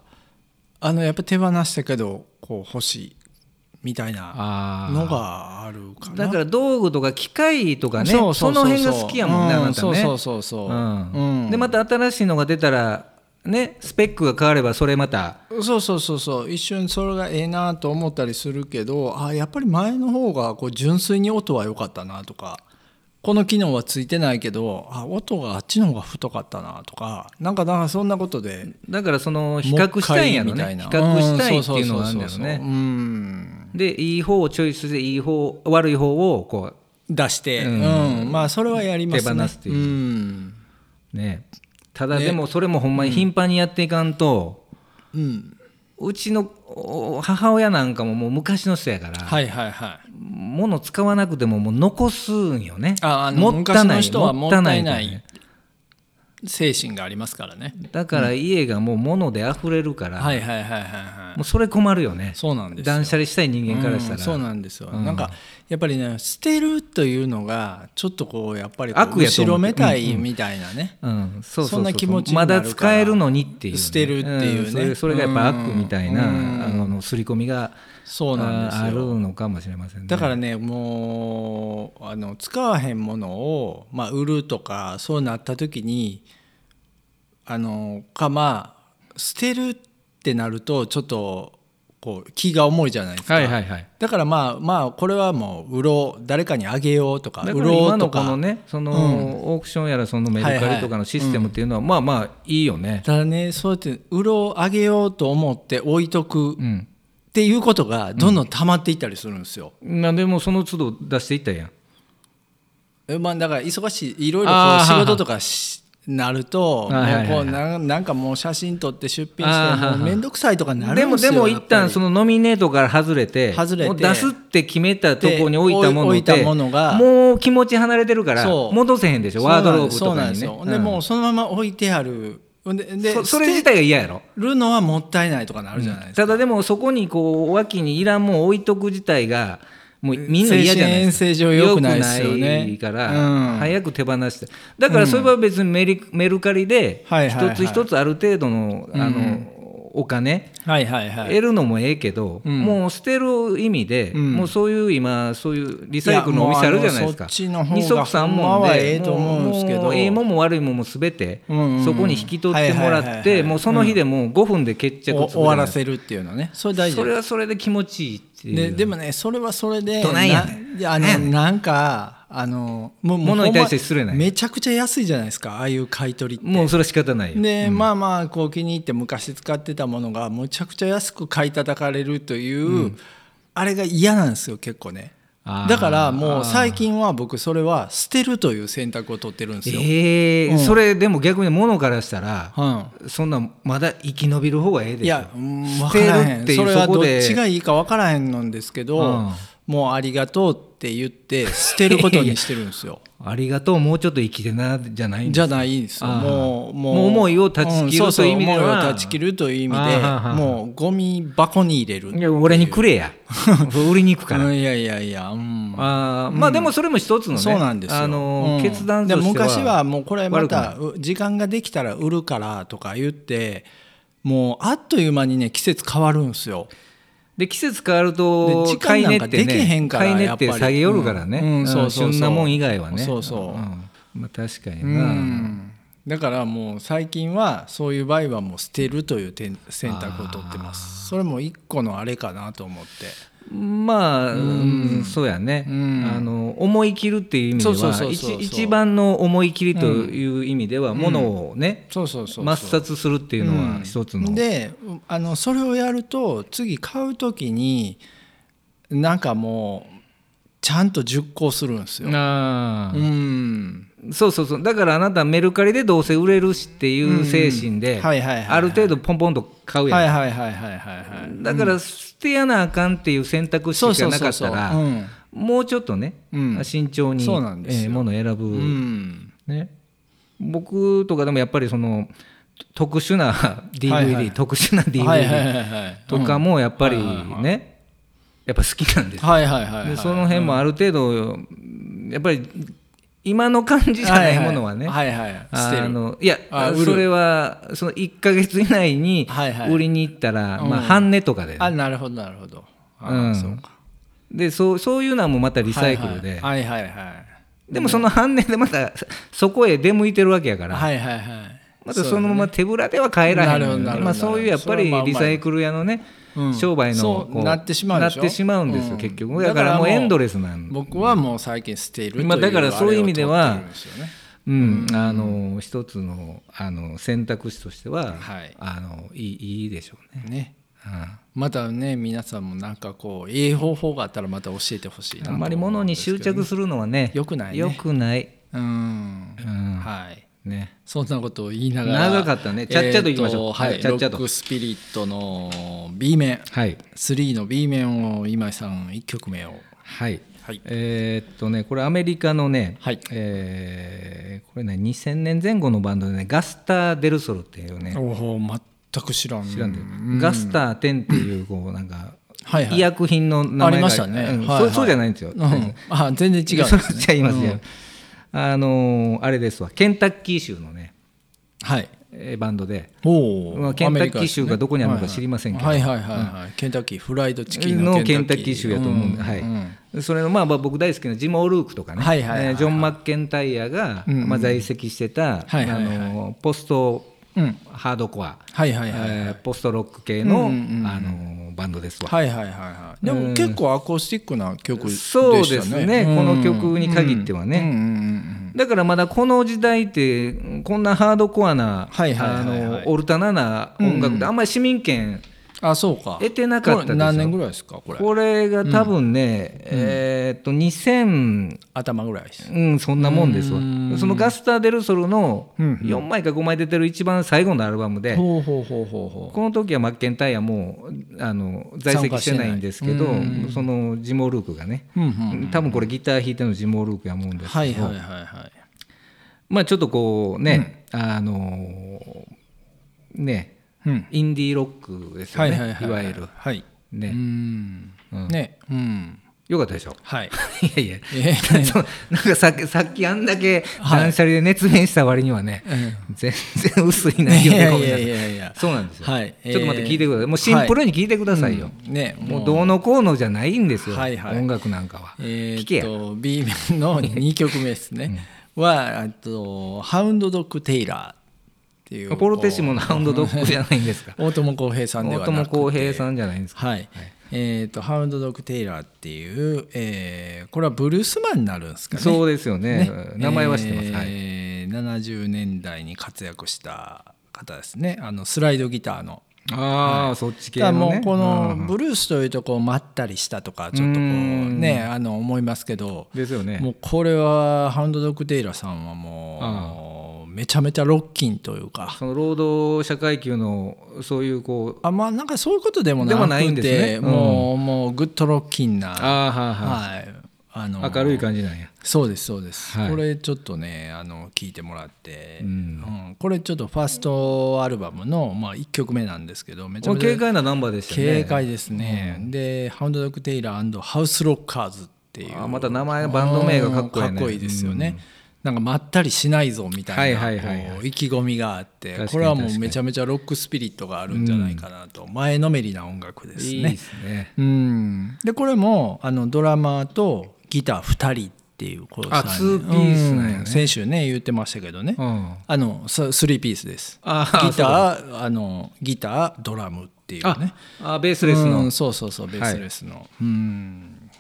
Speaker 1: あのやっぱ手放したけどこう欲しいみたいな
Speaker 2: あ
Speaker 1: のがあるかな
Speaker 2: だから道具とか機械とかね
Speaker 1: そ
Speaker 2: そ
Speaker 1: そ
Speaker 2: う
Speaker 1: うそう
Speaker 2: の辺が好きやもんね、
Speaker 1: う
Speaker 2: あなたね
Speaker 1: そうそうそうそう、
Speaker 2: うん
Speaker 1: うん
Speaker 2: でまた新しいのが出たらねスペックが変わればそれまた
Speaker 1: そうそうそうそう一瞬それがええなと思ったりするけどあやっぱり前の方がこう純粋に音は良かったなとかこの機能はついてないけどあ音があっちの方が太かったなとかなんかなんかそんなことで
Speaker 2: だからその比較したいんやろ
Speaker 1: もう一回み
Speaker 2: ね比
Speaker 1: たな
Speaker 2: 較したいっていうのがあるんだ
Speaker 1: うんそうそうそう
Speaker 2: よ
Speaker 1: そう
Speaker 2: ね
Speaker 1: うん
Speaker 2: でいい方をチョイスでいい方悪い方をこ
Speaker 1: 出して、う
Speaker 2: うんん
Speaker 1: まあそれはやりますね
Speaker 2: 手放すっていう
Speaker 1: うん
Speaker 2: うねただでもそれもほんまに頻繁にやっていかんと、
Speaker 1: うん、
Speaker 2: うちのお母親なんかももう昔の人やから、
Speaker 1: はいはいはい
Speaker 2: 物使わなくてももう残すんよね
Speaker 1: ああの
Speaker 2: もったいない
Speaker 1: 昔の人はもったいない
Speaker 2: もっ
Speaker 1: 精神がありますからね
Speaker 2: だから家がもう物で溢れるから、
Speaker 1: はいはいはいはいはい
Speaker 2: もうそれ困るよね
Speaker 1: そうなんですよ
Speaker 2: 断捨離したい人間からした
Speaker 1: うんそう
Speaker 2: ら、
Speaker 1: なんですよ、なんかやっぱりね捨てるというのがちょっとこうやっぱりこう
Speaker 2: 悪やと
Speaker 1: 後ろ
Speaker 2: 思って
Speaker 1: めたいみたいなね、
Speaker 2: うんそうそうう
Speaker 1: そんな気持ちにな
Speaker 2: ま
Speaker 1: るから
Speaker 2: だ使えるのにっていうね、
Speaker 1: 捨てるっていうね
Speaker 2: んそれそれがやっぱ悪みたいな、
Speaker 1: うん
Speaker 2: あの刷り込みが
Speaker 1: そうなんですよ
Speaker 2: ああるのかもしれませんね
Speaker 1: だからねもうあの使わへんものを、まあ、売るとかそうなった時にあのかまあ捨てるってなるとちょっとこう気が重いじゃないですか、
Speaker 2: はいはいはい
Speaker 1: だからまあまあこれはもう売ろう誰かにあげようとか
Speaker 2: だ
Speaker 1: 売
Speaker 2: から
Speaker 1: ろ
Speaker 2: 今
Speaker 1: うと
Speaker 2: のこ
Speaker 1: か
Speaker 2: のねその、オークションやらそのメルカリとかのシステムっていうのは、まあまあいいよね、
Speaker 1: ただねそうやって売ろうあげようと思って置いとくっ
Speaker 2: うん、
Speaker 1: ていうことがどんどん溜まっていったりするんですよ。
Speaker 2: なんでもその都度出していったやん
Speaker 1: えまあ、だから忙しいいろいろこ
Speaker 2: あ
Speaker 1: う仕
Speaker 2: ー
Speaker 1: 事とかしなるともう
Speaker 2: はいはいはい
Speaker 1: こうななんかもう写真撮って出品し
Speaker 2: あーは
Speaker 1: て
Speaker 2: いはい
Speaker 1: もう面倒くさいとかな
Speaker 2: で
Speaker 1: るん
Speaker 2: も
Speaker 1: です
Speaker 2: で
Speaker 1: よ
Speaker 2: も
Speaker 1: や
Speaker 2: 一
Speaker 1: っぱり
Speaker 2: 旦そのノミネートから外れて
Speaker 1: 外れて
Speaker 2: もう出すって決めたとこに置いたもの
Speaker 1: で置い置
Speaker 2: っ
Speaker 1: い
Speaker 2: て
Speaker 1: たものが
Speaker 2: もう気持ち離れてるから
Speaker 1: そう
Speaker 2: 戻せへんでしょワードローブ
Speaker 1: そ
Speaker 2: と
Speaker 1: うな
Speaker 2: か
Speaker 1: んで
Speaker 2: に
Speaker 1: す
Speaker 2: ね
Speaker 1: よそうなんですよでもうそのまま置いてあるで
Speaker 2: うん
Speaker 1: で
Speaker 2: そそれ自体が嫌やろ
Speaker 1: 捨てるのはもったいないとかなるじゃないですか、
Speaker 2: ただでもそこにこう脇にいらんもん置いとく自体がもうみんな嫌じゃないです
Speaker 1: 精神衛生
Speaker 2: か
Speaker 1: 上良くないですよね
Speaker 2: 良くないから、
Speaker 1: うん
Speaker 2: 早く手放してだからそれは別にメリメルカリで
Speaker 1: はいはいは
Speaker 2: 一
Speaker 1: い
Speaker 2: つ一つある程度のあの、お金
Speaker 1: はいはいはい
Speaker 2: 得るのもええけど、
Speaker 1: うん
Speaker 2: もう捨てる意味で、
Speaker 1: うん
Speaker 2: もうそういう今そういうリサイクルのお店あるじゃないですか
Speaker 1: いやもうあのそっちの方が
Speaker 2: 二足三
Speaker 1: ほん
Speaker 2: 問
Speaker 1: まは
Speaker 2: で
Speaker 1: ええと思うんですけど
Speaker 2: もうええもんも悪いもんも全て、
Speaker 1: うんうんうん
Speaker 2: そこに引き取ってもら
Speaker 1: はいはい
Speaker 2: っ
Speaker 1: はいはい
Speaker 2: てもうその日でもう5分で決着つくじゃない
Speaker 1: お終わらせるっていうのねそれ大事
Speaker 2: それはそれで気持ちいいっていう
Speaker 1: ででもねそれはそれで
Speaker 2: どないやね
Speaker 1: なあのなんかあのもうもう
Speaker 2: 物に対して失礼ない
Speaker 1: ほんまめちゃくちゃ安いじゃないですかああいう買い取りって。
Speaker 2: もうそれは仕方ないよ、
Speaker 1: でまあまあこう気に入って昔使ってたものがむちゃくちゃ安く買い叩かれるという、あれが嫌なんですよ結構ね
Speaker 2: あー
Speaker 1: だからもう最近は僕それは捨てるという選択を取ってるんですよ、
Speaker 2: ええ
Speaker 1: うん
Speaker 2: それでも逆に物からしたら、
Speaker 1: うん
Speaker 2: そんなまだ生き延びる方がええでしょ
Speaker 1: いや、うん、分
Speaker 2: 捨
Speaker 1: か
Speaker 2: て
Speaker 1: ら
Speaker 2: る
Speaker 1: へ
Speaker 2: っ
Speaker 1: ん
Speaker 2: てい
Speaker 1: そうれ
Speaker 2: そ
Speaker 1: はど
Speaker 2: こ
Speaker 1: っ
Speaker 2: で
Speaker 1: ちがいいか分からへんのんですけど、
Speaker 2: うん
Speaker 1: もうありがとうって言って捨てることにしてるん ですよ
Speaker 2: ありがとうもうちょっと生きてなじゃないんだ
Speaker 1: じゃないんですよ
Speaker 2: あー
Speaker 1: もう
Speaker 2: もう思いを断ち切る
Speaker 1: んそそ
Speaker 2: という意味では
Speaker 1: 思いを断ち切るという意味で
Speaker 2: あーはーはー
Speaker 1: もうゴミ箱に入れる
Speaker 2: いや俺にくれや 売りに行くから、
Speaker 1: うんいやいやいや、うん
Speaker 2: あーまあでもそれも一つのね
Speaker 1: そうなんですよ、
Speaker 2: あのー
Speaker 1: うん
Speaker 2: 決断と
Speaker 1: で
Speaker 2: しては
Speaker 1: 昔はもうこれま
Speaker 2: 悪くな
Speaker 1: たう時間ができたら売るからとか言ってもうあっという間にね季節変わるんですよ
Speaker 2: で季節変わると
Speaker 1: で時
Speaker 2: 買
Speaker 1: 間なん
Speaker 2: い値
Speaker 1: か
Speaker 2: って
Speaker 1: できへ
Speaker 2: ね
Speaker 1: んから
Speaker 2: 買い値
Speaker 1: や
Speaker 2: っ
Speaker 1: っぱり
Speaker 2: て下げよるからね、
Speaker 1: うんうんそうそうそう
Speaker 2: 旬なもん以外はね
Speaker 1: そうそうん
Speaker 2: まあ、確かに
Speaker 1: う
Speaker 2: な、
Speaker 1: んだからもう最近はそういう場合はもう捨てるという点選択を取ってますそれも一個のあれかなと思って
Speaker 2: まあ、うんそうやね、
Speaker 1: うん
Speaker 2: あの思い切るっていう意味
Speaker 1: そ
Speaker 2: では
Speaker 1: うそうそうそうそう
Speaker 2: 一一番の思い切りという意味では、ものをね、
Speaker 1: そうそうそうそう
Speaker 2: 抹殺するっていうのは一つの、
Speaker 1: でうあのそれをやると次買う時になんかもうちゃんと熟考するんですよ。
Speaker 2: あ
Speaker 1: う
Speaker 2: ー
Speaker 1: ん、
Speaker 2: そうそうそうだからあなたメルカリでどうせ売れるしっていう精神で、
Speaker 1: はいはいはいはい
Speaker 2: ある程度ポンポンと買うやん、
Speaker 1: はいはいはいはいはいはい。
Speaker 2: だから捨てやなあかんっていう選択肢
Speaker 1: そう
Speaker 2: が
Speaker 1: そう
Speaker 2: なか
Speaker 1: そうそう。
Speaker 2: った
Speaker 1: う
Speaker 2: ら
Speaker 1: ん、
Speaker 2: もうちょっとね、
Speaker 1: うん
Speaker 2: 慎重に
Speaker 1: そうなんですよ
Speaker 2: えーものを選ぶ、
Speaker 1: うん、
Speaker 2: ね、僕とかでもやっぱりそのと特殊な DVD、
Speaker 1: はいはい
Speaker 2: 特殊な DVD、
Speaker 1: はいはいはいはい。
Speaker 2: とかもやっぱりね、やっぱ好きなんです、
Speaker 1: はいはいはいはい。
Speaker 2: でその辺もある程度、やっぱり今の感じじゃないものはね、
Speaker 1: はいはい捨て
Speaker 2: あ
Speaker 1: る
Speaker 2: のいや
Speaker 1: あ売る
Speaker 2: それはその1か月以内に
Speaker 1: はいはい
Speaker 2: 売りに行ったら、
Speaker 1: うん
Speaker 2: まあ、半値とかで、
Speaker 1: あなるほどなるほどあー
Speaker 2: うん
Speaker 1: そうか
Speaker 2: でそうそういうのはもうまたリサイクルで、
Speaker 1: はいはいはい
Speaker 2: でもその半値でまたそそこへ出向いてるわけやから、
Speaker 1: はいはいはい
Speaker 2: またそのまま手ぶらでは買えらへんのよ
Speaker 1: なるほどなるほ
Speaker 2: ね
Speaker 1: ど
Speaker 2: まあ、そういうやっぱ
Speaker 1: それ
Speaker 2: り
Speaker 1: はまあうまい
Speaker 2: リサイクル屋のね、
Speaker 1: うん
Speaker 2: 商売の
Speaker 1: そう
Speaker 2: こう
Speaker 1: なってしまうでしょ
Speaker 2: なってしまうんです
Speaker 1: う
Speaker 2: よ、
Speaker 1: ん
Speaker 2: 結
Speaker 1: だ
Speaker 2: 局
Speaker 1: から
Speaker 2: だからもう
Speaker 1: もう
Speaker 2: エンドレスなん
Speaker 1: 僕はもう最近捨てるという
Speaker 2: まあだからそういう意味では
Speaker 1: あれを取ってるんですよね
Speaker 2: うん、あの一つのあの選択肢としては、
Speaker 1: はい
Speaker 2: あのいいいいでしょうね。
Speaker 1: ね
Speaker 2: うん
Speaker 1: またね皆さんもなんかこういい方法があったらまた教えてほしいな
Speaker 2: あ
Speaker 1: と
Speaker 2: んまり物に執着するのはね
Speaker 1: 良くないね
Speaker 2: 良くない
Speaker 1: うん
Speaker 2: うん
Speaker 1: はい
Speaker 2: ね
Speaker 1: そんなことを言いながら
Speaker 2: 長かったねちゃっちゃと行きましょう
Speaker 1: えーはい
Speaker 2: ちゃっちゃ
Speaker 1: ロ
Speaker 2: と
Speaker 1: ックスピリットの B 面
Speaker 2: はい
Speaker 1: 3の B 面を今井さん1曲目を
Speaker 2: はい、
Speaker 1: はい
Speaker 2: えーっとねこれアメリカのね、
Speaker 1: はい
Speaker 2: えーこれね2000年前後のバンドでねガスター・デルソルっていうね
Speaker 1: おお全く知らん
Speaker 2: 知らんで、
Speaker 1: う
Speaker 2: ガスター10っていうこうなんか
Speaker 1: はいはい
Speaker 2: 医薬品の名前が
Speaker 1: ありましたね
Speaker 2: うん
Speaker 1: はいはい
Speaker 2: そうそうじゃないんですよ、
Speaker 1: うんあ全然違うん
Speaker 2: そ
Speaker 1: で
Speaker 2: う
Speaker 1: すね
Speaker 2: じゃいますよ、あのーあれですわケンタッキー州のね
Speaker 1: はい
Speaker 2: えーバンドで
Speaker 1: おお、
Speaker 2: まあケンタッキー州がどこにあるのか知りませんけど
Speaker 1: はいはいはいはいはい、ケンタッキーフライドチキン
Speaker 2: のケンタッキー州やと思うんで、はい
Speaker 1: うん
Speaker 2: それのまあまあ僕大好きなジム・オルークとかね、
Speaker 1: はいはいはいはい
Speaker 2: えージョン・マッケンタイヤが、
Speaker 1: うんうん
Speaker 2: まあ、在籍してた、
Speaker 1: はいはいはい
Speaker 2: あのポスト
Speaker 1: うん
Speaker 2: ハードコア、
Speaker 1: はいはいはいはい
Speaker 2: えーポストロック系
Speaker 1: うん
Speaker 2: の,、
Speaker 1: うんうん
Speaker 2: あのバンドですわ。
Speaker 1: はいはいはいはいでも結構アコースティックな曲でしたね
Speaker 2: そうですねこの曲に限ってはね
Speaker 1: うんうんうん
Speaker 2: だからまだこの時代ってこんなハードコアな、
Speaker 1: はいはいはいはい
Speaker 2: あのオルタナな音楽ってあんまり市民権、
Speaker 1: うんあそうか
Speaker 2: 得てなかっ
Speaker 1: こ
Speaker 2: たでしょ
Speaker 1: れ何年ぐらいですかこれ
Speaker 2: これが多分ね、えーっと2000
Speaker 1: 頭ぐらいです
Speaker 2: うん、そんなもんですわそのガスター・デルソルの
Speaker 1: うんうん
Speaker 2: 4枚か5枚出てる一番最後のアルバムで、
Speaker 1: ほうほうほうほうほ
Speaker 2: この時はマッケンタイヤもうあの在籍してないんですけど
Speaker 1: 参加してないうん
Speaker 2: そのジモ・ルークがね、
Speaker 1: ううんうん
Speaker 2: 多分これギター弾いてのジモ・ルークやもんです
Speaker 1: は
Speaker 2: け
Speaker 1: い
Speaker 2: ど、
Speaker 1: はいはいはい
Speaker 2: まあちょっとこうね、あのね
Speaker 1: うん
Speaker 2: インディーロックですよ
Speaker 1: は
Speaker 2: ね、
Speaker 1: い
Speaker 2: い
Speaker 1: はいはい
Speaker 2: わゆる
Speaker 1: はい
Speaker 2: ね、
Speaker 1: うん
Speaker 2: うん
Speaker 1: ねうん
Speaker 2: よかったでしょ
Speaker 1: はい
Speaker 2: いやいや
Speaker 1: えー
Speaker 2: そうなんかさっきさっきあんだけ断捨離で熱弁した割にはね、全然薄い内
Speaker 1: い
Speaker 2: 容で
Speaker 1: や
Speaker 2: ごめん
Speaker 1: い
Speaker 2: な
Speaker 1: や
Speaker 2: さい
Speaker 1: いやいや
Speaker 2: そうなんですよ、
Speaker 1: はい
Speaker 2: ちょっと待って聞いてくださいもう
Speaker 1: えー
Speaker 2: シンプルに聞いてくださいよ、
Speaker 1: ね
Speaker 2: もうどうのこうのじゃないんですよ、
Speaker 1: はいはい
Speaker 2: 音楽なんかは、
Speaker 1: え
Speaker 2: 聞け
Speaker 1: ー、
Speaker 2: や
Speaker 1: と B 面の2曲目です ね、はあとハウンドドッグ・テイラーっていう
Speaker 2: ポルテシ
Speaker 1: こ
Speaker 2: モのハウンドドッグじゃないんですか
Speaker 1: う大友康平さんで
Speaker 2: 大
Speaker 1: はな
Speaker 2: 友
Speaker 1: くて
Speaker 2: 康平さんじゃないんですか
Speaker 1: はい、えー、とハウンドドッグ・テイラーっていう、えーこれはブルースマンになるんですかね
Speaker 2: そうですよね名前は知ってます、はい
Speaker 1: えー70年代に活躍した方ですねあのスライドギターの
Speaker 2: ああ、そっち系
Speaker 1: ただ
Speaker 2: の
Speaker 1: も
Speaker 2: ね
Speaker 1: うこの
Speaker 2: うん
Speaker 1: ブルースというとこうまったりしたとかちょっとこう
Speaker 2: うん
Speaker 1: ねあの思いますけど
Speaker 2: ですよね
Speaker 1: もうこれはハウンドドッグ・デイラさんはもうめちゃめちゃロッキンというか
Speaker 2: その労働者階級のそういうこう
Speaker 1: あまあなんかそういうことでもな
Speaker 2: でもないん
Speaker 1: く
Speaker 2: です
Speaker 1: て
Speaker 2: ねうん
Speaker 1: もうもうグッドロッキン
Speaker 2: あ
Speaker 1: な
Speaker 2: あはいはい、
Speaker 1: はいあの
Speaker 2: 明るい感じなんや。
Speaker 1: そうですそうです、
Speaker 2: はい
Speaker 1: これちょっとねあの聞いてもらって、
Speaker 2: う
Speaker 1: うんんこれちょっとファーストアルバムの、まあ、1曲目なんですけどめちゃ
Speaker 2: こ
Speaker 1: め
Speaker 2: れ
Speaker 1: ちゃ
Speaker 2: 軽快なナンバーでしたよね。
Speaker 1: 警戒ですね、でハウンドドッグ・テイラーハウス・ロッカーズっていう
Speaker 2: あまた名前バンド名がかっこいい
Speaker 1: う
Speaker 2: ね
Speaker 1: んかっこいいですよね、なんかまったりしないぞみたいな、
Speaker 2: はいはいはいはい
Speaker 1: こう意気込みがあって
Speaker 2: 確かに
Speaker 1: これはもうめちゃめちゃロックスピリットがあるんじゃないかなと、前のめりな音楽ですね
Speaker 2: いいですね。
Speaker 1: うん、でこれもあのドラマーとギター2人っていうこう
Speaker 2: あ
Speaker 1: さ
Speaker 2: ツーピースなんやね
Speaker 1: うん先週ね言ってましたけどね、
Speaker 2: うん。
Speaker 1: あのさ3ピースです
Speaker 2: あー
Speaker 1: ギターあのギタードラムっていうね
Speaker 2: あ、あベースレス
Speaker 1: う
Speaker 2: の
Speaker 1: ん。そうそうそうベースレスの、うん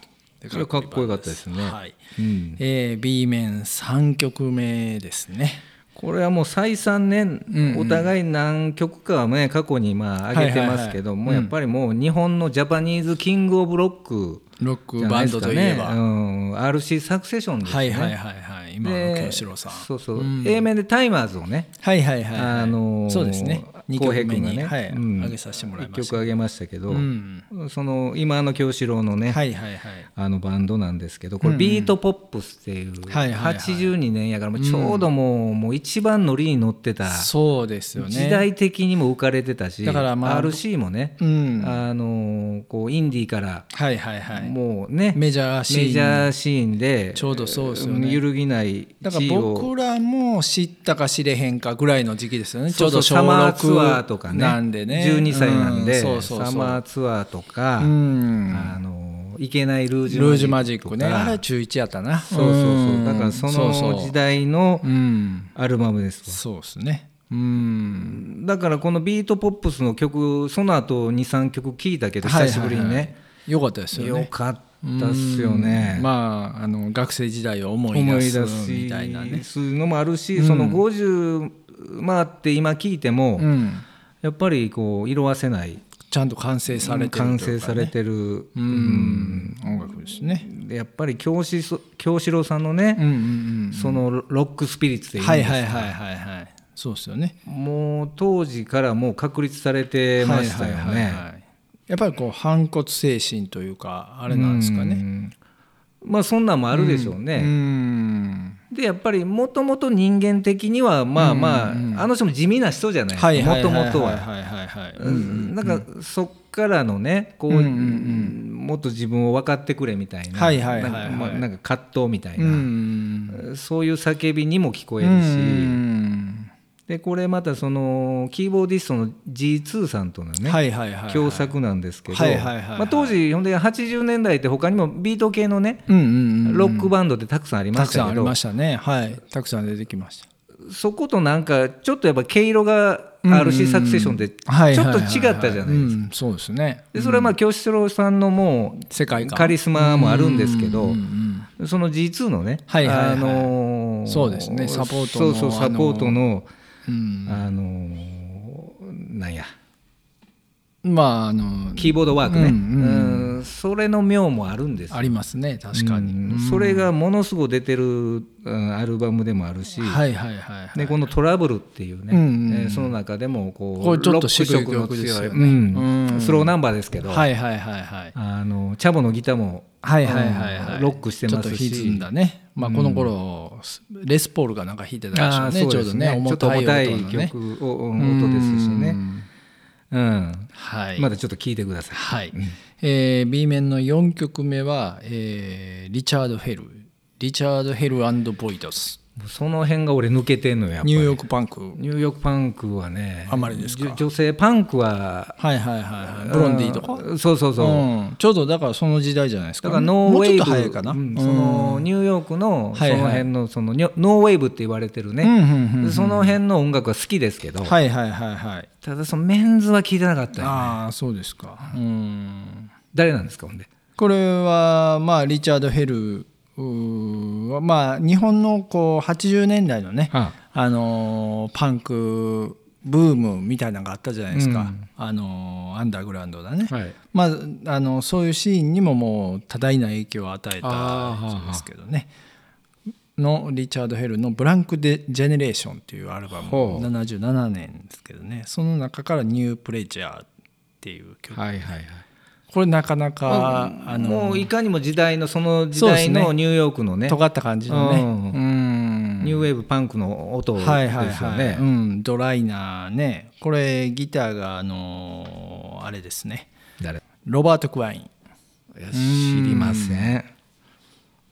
Speaker 1: で
Speaker 2: それかっこよかったですね
Speaker 1: はい
Speaker 2: うん
Speaker 1: えー B 面3曲目ですね
Speaker 2: これはもう再三ね、お互い何曲かはね過去にまあ上げてますけども、やっぱりもう日本のジャパニーズキングオブロック
Speaker 1: ロック
Speaker 2: じゃな
Speaker 1: バ
Speaker 2: い
Speaker 1: ン
Speaker 2: です
Speaker 1: ド
Speaker 2: か
Speaker 1: と
Speaker 2: ね。
Speaker 1: いえば、
Speaker 2: うん、RC サクセションですね。
Speaker 1: はいはいはいはい今の
Speaker 2: で
Speaker 1: 清志郎さん
Speaker 2: そうそう。A 面でタイマーズをね、
Speaker 1: はいはいはいはい、
Speaker 2: あのー
Speaker 1: そうですね2
Speaker 2: 浩
Speaker 1: 曲
Speaker 2: 平
Speaker 1: 目
Speaker 2: 君が
Speaker 1: に、
Speaker 2: ね、
Speaker 1: はい
Speaker 2: うん
Speaker 1: 上げさせてもらいま
Speaker 2: 一
Speaker 1: した
Speaker 2: 曲上げましたけど、
Speaker 1: うん
Speaker 2: その今の京志郎のね、
Speaker 1: はいはいはい
Speaker 2: あのバンドなんですけどこ
Speaker 1: うんう
Speaker 2: れ
Speaker 1: ん
Speaker 2: ビートポップスっていう
Speaker 1: はいはいはい
Speaker 2: 82年やからもうちょうどもうもう一番ノリに乗ってた
Speaker 1: そうですよね
Speaker 2: 時代的にも浮かれてたし
Speaker 1: だからまあ
Speaker 2: RC もね
Speaker 1: うんは
Speaker 2: あのこうインディーから
Speaker 1: いはいはい
Speaker 2: もうね
Speaker 1: メジャーシーン
Speaker 2: メジャーシーンで
Speaker 1: ちょうどそうですよね
Speaker 2: ん揺るぎない
Speaker 1: だから
Speaker 2: 地位を
Speaker 1: 僕らも知ったか知れへんかぐらいの時期ですよね
Speaker 2: そうそう
Speaker 1: ちょう
Speaker 2: サ
Speaker 1: ど小
Speaker 2: マ
Speaker 1: 6
Speaker 2: ーツアーとかね
Speaker 1: なんでね
Speaker 2: 12歳なんで、
Speaker 1: うそうそうそう
Speaker 2: サマーツアーとか、
Speaker 1: うん
Speaker 2: あのいけないルージ
Speaker 1: ルージュ
Speaker 2: ュ
Speaker 1: マ
Speaker 2: マ
Speaker 1: ジ
Speaker 2: ジッ
Speaker 1: ッ
Speaker 2: ク
Speaker 1: ク
Speaker 2: と
Speaker 1: ねあ
Speaker 2: か
Speaker 1: れ中1やったな
Speaker 2: そうそうそ
Speaker 1: ん
Speaker 2: うだからそ
Speaker 1: そう
Speaker 2: の
Speaker 1: そう
Speaker 2: 時代の
Speaker 1: うん
Speaker 2: アルバムですわ
Speaker 1: そうですねうん
Speaker 2: だからこのビートポップスの曲その後23曲聴いたけど久しぶりに
Speaker 1: はいはいは
Speaker 2: ね
Speaker 1: いよかったですよ
Speaker 2: よ
Speaker 1: ね
Speaker 2: かったっすよね
Speaker 1: まああの学生時代を思い
Speaker 2: 思
Speaker 1: 出
Speaker 2: い出
Speaker 1: す
Speaker 2: す
Speaker 1: みたいなね
Speaker 2: そういうのもあるしその50回って今聴いても
Speaker 1: うん
Speaker 2: やっぱりこう色あせない
Speaker 1: ちゃんと完成されてるというかね
Speaker 2: 完成されてる
Speaker 1: う
Speaker 2: うん
Speaker 1: ん音楽ですね
Speaker 2: やっぱり京志そ京志郎さんのね
Speaker 1: んうん
Speaker 2: そのロックスピリッツで
Speaker 1: はいはいはいはいはいそうですよね
Speaker 2: もう当時からもう確立されてましたよ
Speaker 1: はいはいはい
Speaker 2: ね。
Speaker 1: はいやっぱりこう反骨精神というかあれなんですか
Speaker 2: う
Speaker 1: ね
Speaker 2: んまあそんなんもあるでしょう
Speaker 1: う
Speaker 2: ね。
Speaker 1: ん
Speaker 2: でやっぱりもともと人間的にはまあまあ、あの人も地味な人じゃない
Speaker 1: はいはい
Speaker 2: もと
Speaker 1: はい
Speaker 2: もと
Speaker 1: はい
Speaker 2: は。
Speaker 1: はいはいはい
Speaker 2: うんなんかそっからのねこう、もっと自分を分かってくれみたいな
Speaker 1: はいはいはいはい
Speaker 2: なんかまあなんか葛藤みたいな、
Speaker 1: うん
Speaker 2: そういう叫びにも聞こえるし、
Speaker 1: うん
Speaker 2: でこれまたそのキーボーディストの G2 さんとのね、
Speaker 1: はいはいはいはい
Speaker 2: 共作なんですけど、
Speaker 1: はいはいはいはい
Speaker 2: まあ、当時ほんで80年代って他にもビート系のね、
Speaker 1: うんうんうん
Speaker 2: ロックバンドってたくさんありま
Speaker 1: た
Speaker 2: し
Speaker 1: くさ
Speaker 2: た
Speaker 1: んあり
Speaker 2: けど
Speaker 1: ましたねはいたくさん出てきました
Speaker 2: そことなんかちょっとやっぱ毛色が RC サクセションでちょ
Speaker 1: はい
Speaker 2: っと違ったじゃない
Speaker 1: うんそうですね
Speaker 2: でそれはまあ京志郎さんのも
Speaker 1: 世界
Speaker 2: う
Speaker 1: 観
Speaker 2: カリスマもあるんですけど
Speaker 1: うんうん
Speaker 2: その G2 のね
Speaker 1: はいはいはい
Speaker 2: あのー
Speaker 1: そうですねサポートの
Speaker 2: そうそうサポートの
Speaker 1: うん
Speaker 2: あのーなんや
Speaker 1: まああの
Speaker 2: キーボードワークね、
Speaker 1: う
Speaker 2: うん
Speaker 1: うん
Speaker 2: それの妙もあるんですよ
Speaker 1: ありますね確かに
Speaker 2: うんそれがものすごい出てるうんアルバムでもあるし、
Speaker 1: はいはいはいはい
Speaker 2: でこの「トラブル」っていうね、
Speaker 1: うんうんうん
Speaker 2: えーその中でもこう
Speaker 1: これちょっと
Speaker 2: ロック色
Speaker 1: 渋い曲ですよね
Speaker 2: うん
Speaker 1: うん
Speaker 2: スローナンバーですけど、
Speaker 1: はいはいはいはい
Speaker 2: あのチャボのギターも
Speaker 1: はいはいはい
Speaker 2: あ
Speaker 1: は
Speaker 2: の
Speaker 1: い
Speaker 2: ロックしてま
Speaker 1: ちょ
Speaker 2: す
Speaker 1: っと
Speaker 2: し
Speaker 1: 歪んだねまあこの頃レスポールがなんか弾いてた
Speaker 2: あー
Speaker 1: でしょうねち
Speaker 2: そ
Speaker 1: ょ
Speaker 2: う
Speaker 1: う
Speaker 2: で
Speaker 1: ど
Speaker 2: す
Speaker 1: ね
Speaker 2: ちょ
Speaker 1: 重
Speaker 2: っと
Speaker 1: たい
Speaker 2: 重たい
Speaker 1: 音のね
Speaker 2: 曲をうん音ですし
Speaker 1: う
Speaker 2: ね、
Speaker 1: ん
Speaker 2: うん
Speaker 1: はい
Speaker 2: まだちょっと聴いてください。
Speaker 1: はい、えー B 面の4曲目は、えーリチャード・ヘルリチャード・ヘルボイドス
Speaker 2: もうその辺が俺抜けてんのよやっぱ
Speaker 1: ニ
Speaker 2: り
Speaker 1: ューヨーク・パンク
Speaker 2: ニューヨークパンクはね
Speaker 1: あんまりですか
Speaker 2: じょ女性パンクは
Speaker 1: はいはいはいはいブロンディとか
Speaker 2: うんそうそうそう、
Speaker 1: うんちょうどだからその時代じゃないですか
Speaker 2: だからノーウェーブ
Speaker 1: もうちょっと早いかな、
Speaker 2: うんそのニューヨークのそ
Speaker 1: はいはい
Speaker 2: の辺のそのニョノーウェーブって言われてる
Speaker 1: うん
Speaker 2: ね、
Speaker 1: うんうん
Speaker 2: その辺の音楽は好きですけど、
Speaker 1: はいはいはいはい
Speaker 2: ただそのメンズは聞いてなかったよ
Speaker 1: ああそうですかうん
Speaker 2: 誰なんですかほんで
Speaker 1: これはまあリチャード・ヘルうーはまあ日本のこう80年代のね、
Speaker 2: は
Speaker 1: あのーパンクブームみたいなのがあったじゃないですか、
Speaker 2: うん
Speaker 1: あのーアンダーグラウンドだね、
Speaker 2: はい
Speaker 1: まあ、あのそういうシーンにももう多大な影響を与えた
Speaker 2: あーはあはあ
Speaker 1: 人ですけどねのリチャード・ヘルの「ブランク・デ・ジェネレーション」っていうアルバム
Speaker 2: ほう
Speaker 1: 77年ですけどねその中から「ニュー・プレジャー」っていう曲
Speaker 2: はいはいはい
Speaker 1: これなかなか、あの
Speaker 2: もういかにも時代のその時
Speaker 1: そうです
Speaker 2: 代
Speaker 1: ね
Speaker 2: のニューヨークのね
Speaker 1: 尖った感じのね、
Speaker 2: うん
Speaker 1: うん
Speaker 2: ニューウェーブパンクの音ですよね、
Speaker 1: はいはいはい、うん、ドライなねこれギターがあのーあれですね
Speaker 2: 誰い
Speaker 1: ロバート・クワインい
Speaker 2: や知りません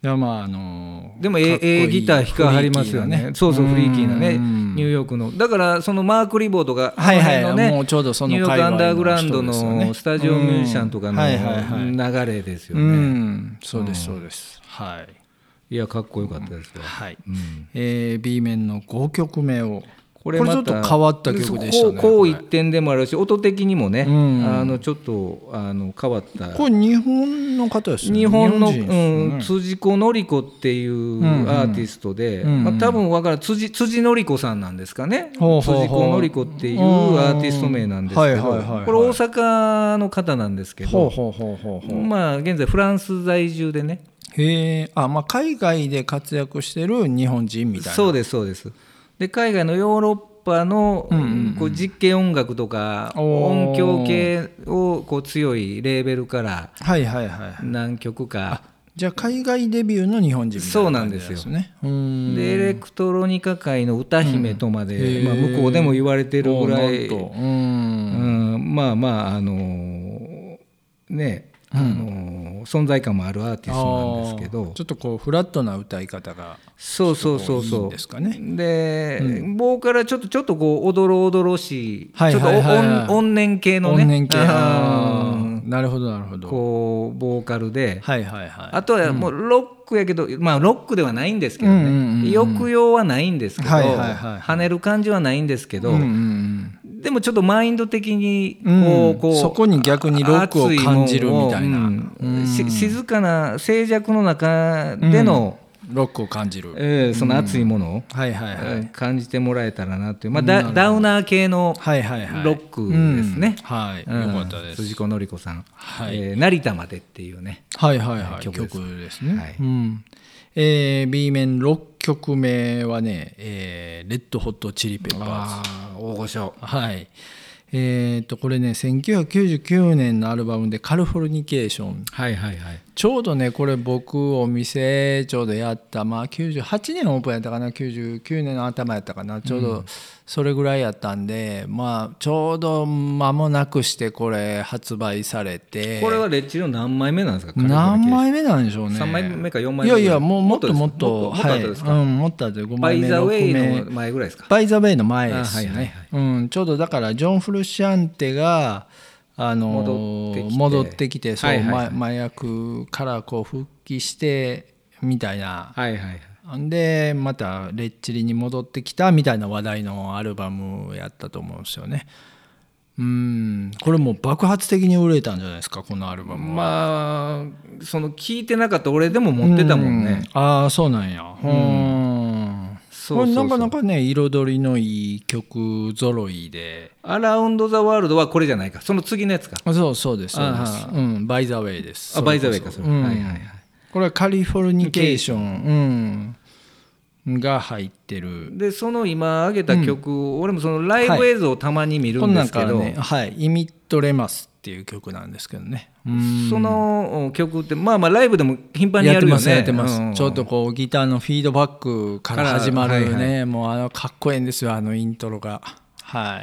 Speaker 1: やまああのー
Speaker 2: でも
Speaker 1: かっ
Speaker 2: え
Speaker 1: こいい
Speaker 2: えギター弾かはりますよ
Speaker 1: フリーキーな
Speaker 2: ね。そうそうフリーキーなね
Speaker 1: うん
Speaker 2: ニューヨークのだからそのマーク・リボードが
Speaker 1: はいはい
Speaker 2: あの辺の
Speaker 1: もうちょうどその
Speaker 2: ニューヨー
Speaker 1: 界
Speaker 2: ク
Speaker 1: 隈
Speaker 2: ア
Speaker 1: の
Speaker 2: ンダーグラウンド
Speaker 1: 人ですよね
Speaker 2: のスタジオミュージシャンとか
Speaker 1: うんはいはい
Speaker 2: の流れですよ
Speaker 1: う
Speaker 2: ね。
Speaker 1: んそうですそうです、はい
Speaker 2: いやかっこよかったですよ。
Speaker 1: はい、
Speaker 2: うん
Speaker 1: えー B 面の5曲目をこれ
Speaker 2: ま
Speaker 1: ちょ
Speaker 2: た
Speaker 1: っと変わった曲でしたね
Speaker 2: こうこ
Speaker 1: こ
Speaker 2: う
Speaker 1: れ
Speaker 2: 一点でもあるし音的にもね
Speaker 1: うん
Speaker 2: あのちょっとあの変わった。
Speaker 1: これ日本の方ですね
Speaker 2: 日本の
Speaker 1: 日人ですね
Speaker 2: うん辻子典子っていうアーティストで、
Speaker 1: うんうん
Speaker 2: まあ、多分わからん辻辻典子さんなんですかね
Speaker 1: ほうほうほう
Speaker 2: 辻子典子っていうアーティスト名なんです
Speaker 1: はい
Speaker 2: け
Speaker 1: はい
Speaker 2: ど
Speaker 1: は
Speaker 2: こ
Speaker 1: い
Speaker 2: れ
Speaker 1: はい
Speaker 2: 大阪の方なんですけ
Speaker 1: ほうほ
Speaker 2: ど
Speaker 1: うほうほうほう
Speaker 2: まあ現在フランス在住でね
Speaker 1: へえあまあ海外で活躍してる日本人みたいな
Speaker 2: そうですそうですで海外のヨーロッパの
Speaker 1: うんうんうん
Speaker 2: こう実験音楽とか
Speaker 1: おー
Speaker 2: 音響系をこう強いレーベルから
Speaker 1: はいはいはい
Speaker 2: 何曲か
Speaker 1: じゃあ海外デビューの日本人みたいな感じ
Speaker 2: そう
Speaker 1: なんですねうーん
Speaker 2: でエレクトロニカ界の歌姫とまで、
Speaker 1: うん
Speaker 2: まあ、
Speaker 1: へー
Speaker 2: 向こうでも言われてるぐらい、
Speaker 1: おーなんとうー
Speaker 2: うんん、まあまああのーね、あのー存在感もあるアーティストなんですけ
Speaker 1: あー
Speaker 2: ど
Speaker 1: ちょっとこうフラットな歌い方が
Speaker 2: そうそうそう
Speaker 1: ちょっとこういいん
Speaker 2: そう
Speaker 1: ですかね
Speaker 2: で、ボーカルはちょっとちょっとこうおどろおどろしい、
Speaker 1: はいはいはいはい
Speaker 2: ちょっとお怨怨念系のね
Speaker 1: 怨念系あ
Speaker 2: う
Speaker 1: ー
Speaker 2: ん
Speaker 1: なるほどなるほど
Speaker 2: こうボーカルで、
Speaker 1: はいはいはい
Speaker 2: あとはもうロックやけど、まあロックではないんですけど
Speaker 1: うんうんうんう
Speaker 2: ね
Speaker 1: ん
Speaker 2: 抑揚はないんですけど、
Speaker 1: はいはいはい
Speaker 2: 跳ねる感じはないんですけど、
Speaker 1: うんうん
Speaker 2: でもちょっとマインド的にこう、
Speaker 1: うん
Speaker 2: こう
Speaker 1: そこに逆にロックを感じるみたいな
Speaker 2: 熱いもんをうんし静かな静寂の中での、
Speaker 1: うんロックを感じる
Speaker 2: えーその熱いものを、
Speaker 1: はいはいはい
Speaker 2: えー感じてもらえたらなという、まあ、ダダウナー系の
Speaker 1: はいはいはい
Speaker 2: ロックですね
Speaker 1: うんはいよ
Speaker 2: うん
Speaker 1: かったです
Speaker 2: 辻子のり子さん、
Speaker 1: はい
Speaker 2: えー成田までっていうね
Speaker 1: はいはいはい曲
Speaker 2: 曲
Speaker 1: で
Speaker 2: ですす
Speaker 1: ね、
Speaker 2: はい
Speaker 1: うんえー B 面6曲目はね、えーレッドホットチリペッパーズ
Speaker 2: あー大御所
Speaker 1: はいえー、とこれね1999年のアルバムで「カルフォルニケーション
Speaker 2: はいはいはい」
Speaker 1: ちょうどねこれ僕お店ちょうどやったまあ98年オープンやったかな99年の頭やったかなちょうどそれぐらいやったんで、まあちょうど間もなくしてこれ発売されて
Speaker 2: これはレッチリの何枚目なんですか
Speaker 1: 何枚目なんでしょうね
Speaker 2: 三枚目か四枚
Speaker 1: い
Speaker 2: 目
Speaker 1: や
Speaker 2: ぐらい
Speaker 1: いやもうもっともっと
Speaker 2: もっとです
Speaker 1: はいう
Speaker 2: もっとです
Speaker 1: んもっとあと5
Speaker 2: バ
Speaker 1: 枚
Speaker 2: イ
Speaker 1: 目
Speaker 2: ザウェイ
Speaker 1: 6
Speaker 2: の
Speaker 1: 目
Speaker 2: 前ぐらいですか
Speaker 1: バイザウェイの前で
Speaker 2: あは
Speaker 1: す
Speaker 2: いはい
Speaker 1: ね
Speaker 2: はい
Speaker 1: うんちょうどだからジョン・フルシアンテがあの
Speaker 2: 戻ってきて
Speaker 1: 戻ってきてそう
Speaker 2: はいはいはい
Speaker 1: ま麻薬からこう復帰してみたいな
Speaker 2: はいはいはい
Speaker 1: んでまたレッチリに戻ってきたみたいな話題のアルバムやったと思うんですよねうんこれもう爆発的に売れたんじゃないですかこのアルバムは
Speaker 2: まあその聞いてなかった俺でも持ってたもんね、
Speaker 1: うああそうなんやうん
Speaker 2: そう
Speaker 1: これ
Speaker 2: そう
Speaker 1: な
Speaker 2: そ
Speaker 1: か
Speaker 2: う
Speaker 1: なかね彩りのいい曲ぞろいで
Speaker 2: アラウンド・ザ・ワールドはこれじゃないかその次のやつか
Speaker 1: あそうそうですそうで
Speaker 2: あ
Speaker 1: すうんバイザウェイです
Speaker 2: あバイザウェイか
Speaker 1: そ
Speaker 2: そ
Speaker 1: れ
Speaker 2: れ
Speaker 1: こうん
Speaker 2: はいはいはい
Speaker 1: これはカリフォルニケーションうんが入ってる
Speaker 2: でその今上げた曲、俺もそのライブ映像をたまに見る
Speaker 1: こ
Speaker 2: ん
Speaker 1: んな
Speaker 2: で
Speaker 1: ん
Speaker 2: すけ
Speaker 1: から
Speaker 2: ど、
Speaker 1: ねはい「イミットレマス」っていう曲なんですけどねうん
Speaker 2: その曲ってまあまあライブでも頻繁にや
Speaker 1: やって
Speaker 2: るよ
Speaker 1: ます
Speaker 2: ね
Speaker 1: やってます、
Speaker 2: うん
Speaker 1: ちょっとこうギターのフィードバックから
Speaker 2: から
Speaker 1: 始まるね、
Speaker 2: はい
Speaker 1: もうあのかっこいいんですよあのイントロがは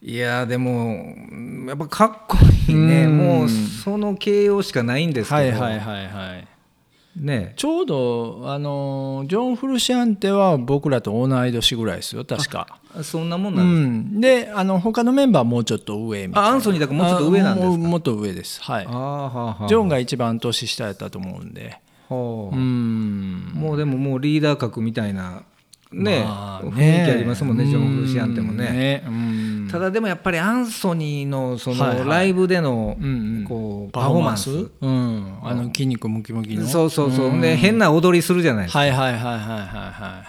Speaker 1: い
Speaker 2: いやーでもうんやっぱかっこいいね
Speaker 1: うん
Speaker 2: もうその形容しかないんですけど、
Speaker 1: はいはいはいはい
Speaker 2: ね
Speaker 1: ちょうどあのジョン・フルシアンテは僕らと同い年ぐらいですよ確か
Speaker 2: そんなもん
Speaker 1: う
Speaker 2: なんです、
Speaker 1: んであの他のメンバーはもうちょっと上みたいな
Speaker 2: あアンソニーだからもうちょっと上なんです
Speaker 1: あ
Speaker 2: か
Speaker 1: もうもっと上ですはい
Speaker 2: あーはーは
Speaker 1: ジ
Speaker 2: ー
Speaker 1: ョンが一番年下やったと思うんで
Speaker 2: ほ
Speaker 1: う
Speaker 2: うんもうでももうリーダー格みたいなね,、
Speaker 1: まあ
Speaker 2: 雰囲気ありますもんねジョン・フルシアンテも
Speaker 1: うん
Speaker 2: ね
Speaker 1: ねうん
Speaker 2: ただでもやっぱりアンソニーのそ
Speaker 1: はいはい
Speaker 2: のライブでの
Speaker 1: うんうん
Speaker 2: こうパフォーマンス
Speaker 1: うん、あの筋肉ムキムキの
Speaker 2: そうそうそうで変な踊りするじゃないですか
Speaker 1: はいはいはいはいはいは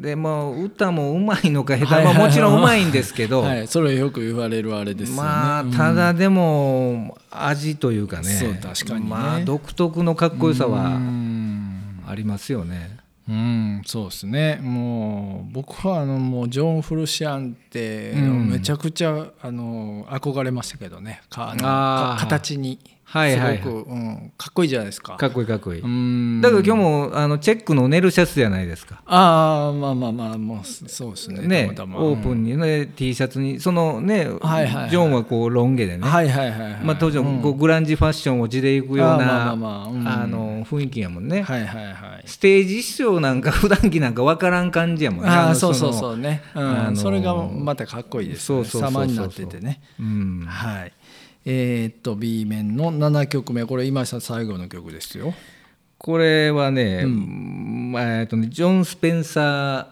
Speaker 2: でもう歌もうまいのか下手、
Speaker 1: はいはいはい
Speaker 2: まあ、もちろんうまいんですけ
Speaker 1: い
Speaker 2: ど、
Speaker 1: はい、はい、それよく言われるあれですよね、
Speaker 2: まあただでも味というかね
Speaker 1: そう確かにね
Speaker 2: まあ独特のかっこよさ
Speaker 1: う
Speaker 2: は
Speaker 1: ん
Speaker 2: ありますよね
Speaker 1: うんそうですねもう僕はあのもうジョン・フルシアンって
Speaker 2: うん
Speaker 1: めちゃくちゃ、あの憧れましたけどねかあの
Speaker 2: あー
Speaker 1: か形にすごく、
Speaker 2: はいはいはい
Speaker 1: うん、かっこいいじゃないですか
Speaker 2: かっこいいかっこいい、
Speaker 1: うん
Speaker 2: だから今日もあのチェックのネルシャツじゃないですか
Speaker 1: ああまあまあまあもうそうですね
Speaker 2: ね
Speaker 1: たまたま
Speaker 2: オープンにね T シャツにそのね、
Speaker 1: はいはいはい
Speaker 2: ジョンはこうロン毛でね、
Speaker 1: はいはいはい、はい、
Speaker 2: まあ、当時はこうグランジファッションを地で行くような
Speaker 1: あーまあま
Speaker 2: あ
Speaker 1: あまあうん
Speaker 2: の雰囲気やもんね、
Speaker 1: はいはいはい
Speaker 2: ステージ衣装なんか普段着なんか分からん感じやもんね
Speaker 1: あ
Speaker 2: の
Speaker 1: あそうそう
Speaker 2: の
Speaker 1: そうね、うん
Speaker 2: あの
Speaker 1: それがまたかっこいいです、ね、
Speaker 2: そうそうそうそう
Speaker 1: 様になっててね、
Speaker 2: うん、
Speaker 1: はいえーっと B 面の7曲目これ今井さん最後の曲ですよ
Speaker 2: これはね,、まあえっとねジョン・スペンサ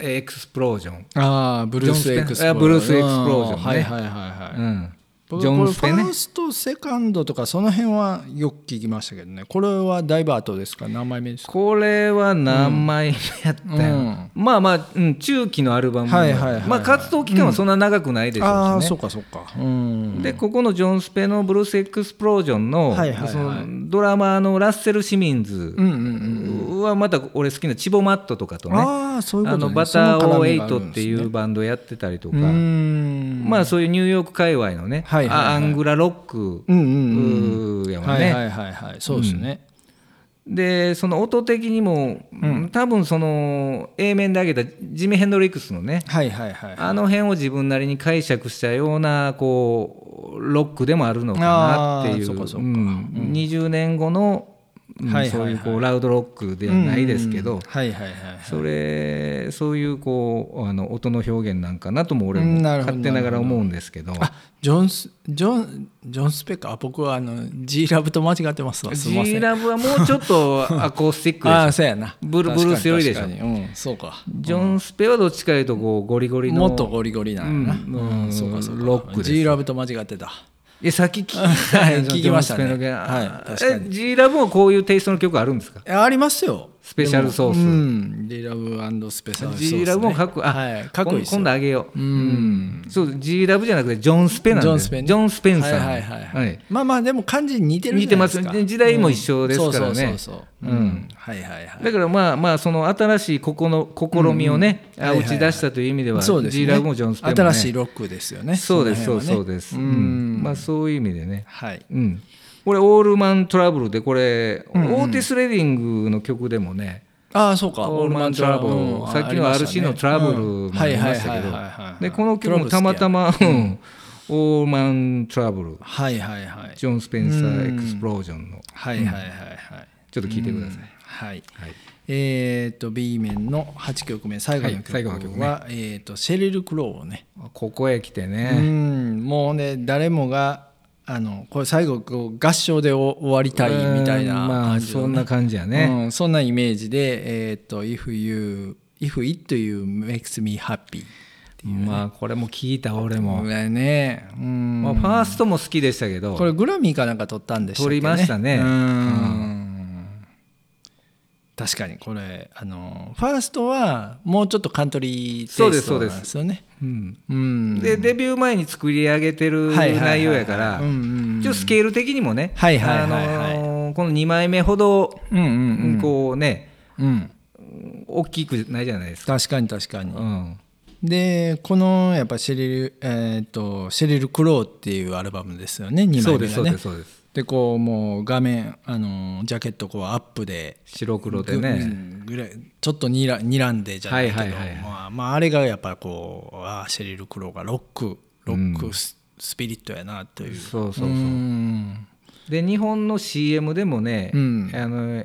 Speaker 2: ー・エクスプロージョン、
Speaker 1: ああブルース
Speaker 2: ジ
Speaker 1: エ
Speaker 2: ョンスペン
Speaker 1: クスプロージョン
Speaker 2: あブルースエクスプロージョンね
Speaker 1: はいはいはいはい、
Speaker 2: うん
Speaker 1: 僕
Speaker 2: ジョン・ス
Speaker 1: これ
Speaker 2: ペ
Speaker 1: フ
Speaker 2: ね
Speaker 1: ァーストセカンドとかその辺はよく聞きましたけどねこれはだいぶ後ですか何枚目ですか
Speaker 2: これは何枚目やったよ、
Speaker 1: うん
Speaker 2: まあまあ、うん、中期のアルバム、
Speaker 1: はいはいはいはい
Speaker 2: まあ、活動期間はそんな長くないでしょうしね、
Speaker 1: ああそうかそうかうん
Speaker 2: でここのジョン・スペのブルース・エクスプロージョンの,、
Speaker 1: はいはいはい
Speaker 2: そのドラマーのラッセル・シミンズ
Speaker 1: うんうんうん
Speaker 2: はまた俺好きなチボマットとかとね
Speaker 1: ああそういうこ
Speaker 2: あ
Speaker 1: と、
Speaker 2: の
Speaker 1: ね、
Speaker 2: バターオーエイトってい
Speaker 1: そうの絡みが
Speaker 2: バンドやってたりと
Speaker 1: あるんですね
Speaker 2: か、
Speaker 1: うーん
Speaker 2: まあそういうニューヨーク界隈のね、
Speaker 1: はいはいはい
Speaker 2: あアングラロック
Speaker 1: うんうんうん
Speaker 2: うーやもん
Speaker 1: はいは
Speaker 2: ね。
Speaker 1: いはいはいそうですね、
Speaker 2: でその音的にも、多分その A 面で挙げたジミ・ヘンドリックスのね
Speaker 1: はいはいはい
Speaker 2: あの辺を自分なりに解釈したようなこうロックでもあるのかなってい
Speaker 1: あー
Speaker 2: う
Speaker 1: そうかそうか
Speaker 2: うん20年後の、うん
Speaker 1: はいはいはい
Speaker 2: そういうこうラウドロックではないですけど、
Speaker 1: うんうんはいはいはい
Speaker 2: それそういうこうあの音の表現なんかなとも俺
Speaker 1: う
Speaker 2: も
Speaker 1: んなるほど
Speaker 2: 勝手ながら思うんですけど
Speaker 1: あジョンスジョンジョンスペッカーあ僕はあの G ラブと間違ってますわすいませ
Speaker 2: G
Speaker 1: んあ
Speaker 2: ラブはもうちょっと アコースティックでしょ
Speaker 1: あーそうやな
Speaker 2: ブル
Speaker 1: 確かに
Speaker 2: ブルース寄りでしょ
Speaker 1: 確かにうんそうか
Speaker 2: ジョン・スペはどっちかというとこうゴリゴリの
Speaker 1: もっとゴリゴリなんやな、
Speaker 2: うん
Speaker 1: うんそうかそうか
Speaker 2: ロックです
Speaker 1: G ラブと間違ってた
Speaker 2: え先 聞き
Speaker 1: 聞きましたね
Speaker 2: ジョンスペの
Speaker 1: はい確かに
Speaker 2: え G ラブもこういうテイストの曲あるんですか
Speaker 1: えありますよ
Speaker 2: スペシャルソース
Speaker 1: うん、G ラブスペシャルソース、ね、
Speaker 2: G ラブもかっこあ
Speaker 1: はい、かっこいいですよ
Speaker 2: 今今度あげよう、
Speaker 1: うん
Speaker 2: そう G ラブじゃなくてジョン・スペなんで
Speaker 1: ジョンスペね
Speaker 2: ジョンスペンサー
Speaker 1: はいはいはい、はいまあまあでも漢字似てる
Speaker 2: 似
Speaker 1: じゃ
Speaker 2: て
Speaker 1: ない
Speaker 2: ま
Speaker 1: です
Speaker 2: す
Speaker 1: か
Speaker 2: 時代も一緒ですからね、
Speaker 1: そうそうそうそううんはいはいはい
Speaker 2: だからまあまあその新しいここの試みをね、あ
Speaker 1: はいはい
Speaker 2: 打ち出したという意味では、
Speaker 1: そうですね
Speaker 2: G ラブもジョン・スペンも、ね、
Speaker 1: 新しいロックですよね
Speaker 2: そうですそう
Speaker 1: の
Speaker 2: です
Speaker 1: 辺
Speaker 2: そ
Speaker 1: は
Speaker 2: う
Speaker 1: ね
Speaker 2: です、
Speaker 1: う
Speaker 2: うん
Speaker 1: ん
Speaker 2: まあそういう意味でね、
Speaker 1: はい
Speaker 2: うん、これオールマン・トラブルでこれ、オーティス・レディングの曲でもね
Speaker 1: ああそうか
Speaker 2: オールマン・トラブル、さっきの RC のトラブルもありましたけどでこの曲もたまた
Speaker 1: ま
Speaker 2: ま、うんオールマン・トラブル
Speaker 1: はいはいはい
Speaker 2: ジョン・スペンサー・エクスプロージョンの
Speaker 1: はいはいはいはい
Speaker 2: ちょっと聞いてください、
Speaker 1: はい
Speaker 2: はい
Speaker 1: えっと B 面の8曲目最後の
Speaker 2: はい最後の
Speaker 1: 曲
Speaker 2: 曲
Speaker 1: はえっとシェリル・クローをね
Speaker 2: ここへ来て
Speaker 1: う
Speaker 2: ね、
Speaker 1: んもうね誰もがあのこれ最後こう合唱で終わりたいみたいな
Speaker 2: うんまあ
Speaker 1: 感じの
Speaker 2: そんな感じやね、
Speaker 1: うん、そんなイメージで、えーっと「If you If it you makes me happy
Speaker 2: まあこれも聞いた俺」も、
Speaker 1: これね、うん
Speaker 2: まあ、ファーストも好きでしたけど
Speaker 1: これグラミーかなんか取ったんでしたっけ、ね、
Speaker 2: 取りましたね
Speaker 1: うん確かにこれあのファーストはもうちょっとカントリーテイストなんですよね
Speaker 2: うん
Speaker 1: うん
Speaker 2: でデビュー前に作り上げてる
Speaker 1: はいはいはいはい
Speaker 2: 内容やから
Speaker 1: うんうんうん
Speaker 2: ちょっとスケール的にもね
Speaker 1: はいはいはいはい
Speaker 2: あのーこの2枚目ほど
Speaker 1: うんうんうん
Speaker 2: こうね
Speaker 1: うん
Speaker 2: 大きくないじゃないですか。
Speaker 1: 確かに確かに、
Speaker 2: うん
Speaker 1: でこのやっぱシェリル、えーっとシェリル・クローっていうアルバムですよね2枚目がね
Speaker 2: そうですそうですそうです
Speaker 1: でこうもう画面あのジャケットこうアップで
Speaker 2: 白黒で
Speaker 1: ぐ
Speaker 2: ね
Speaker 1: うんぐらいちょっとにら睨んでじゃないけど、
Speaker 2: はいはいはいはい
Speaker 1: まあ、まああれがやっぱりこうああシェリル・クローがロックロックス,、ピリットやなという
Speaker 2: そうそうそううんで日本の CM でもね「
Speaker 1: うん
Speaker 2: あの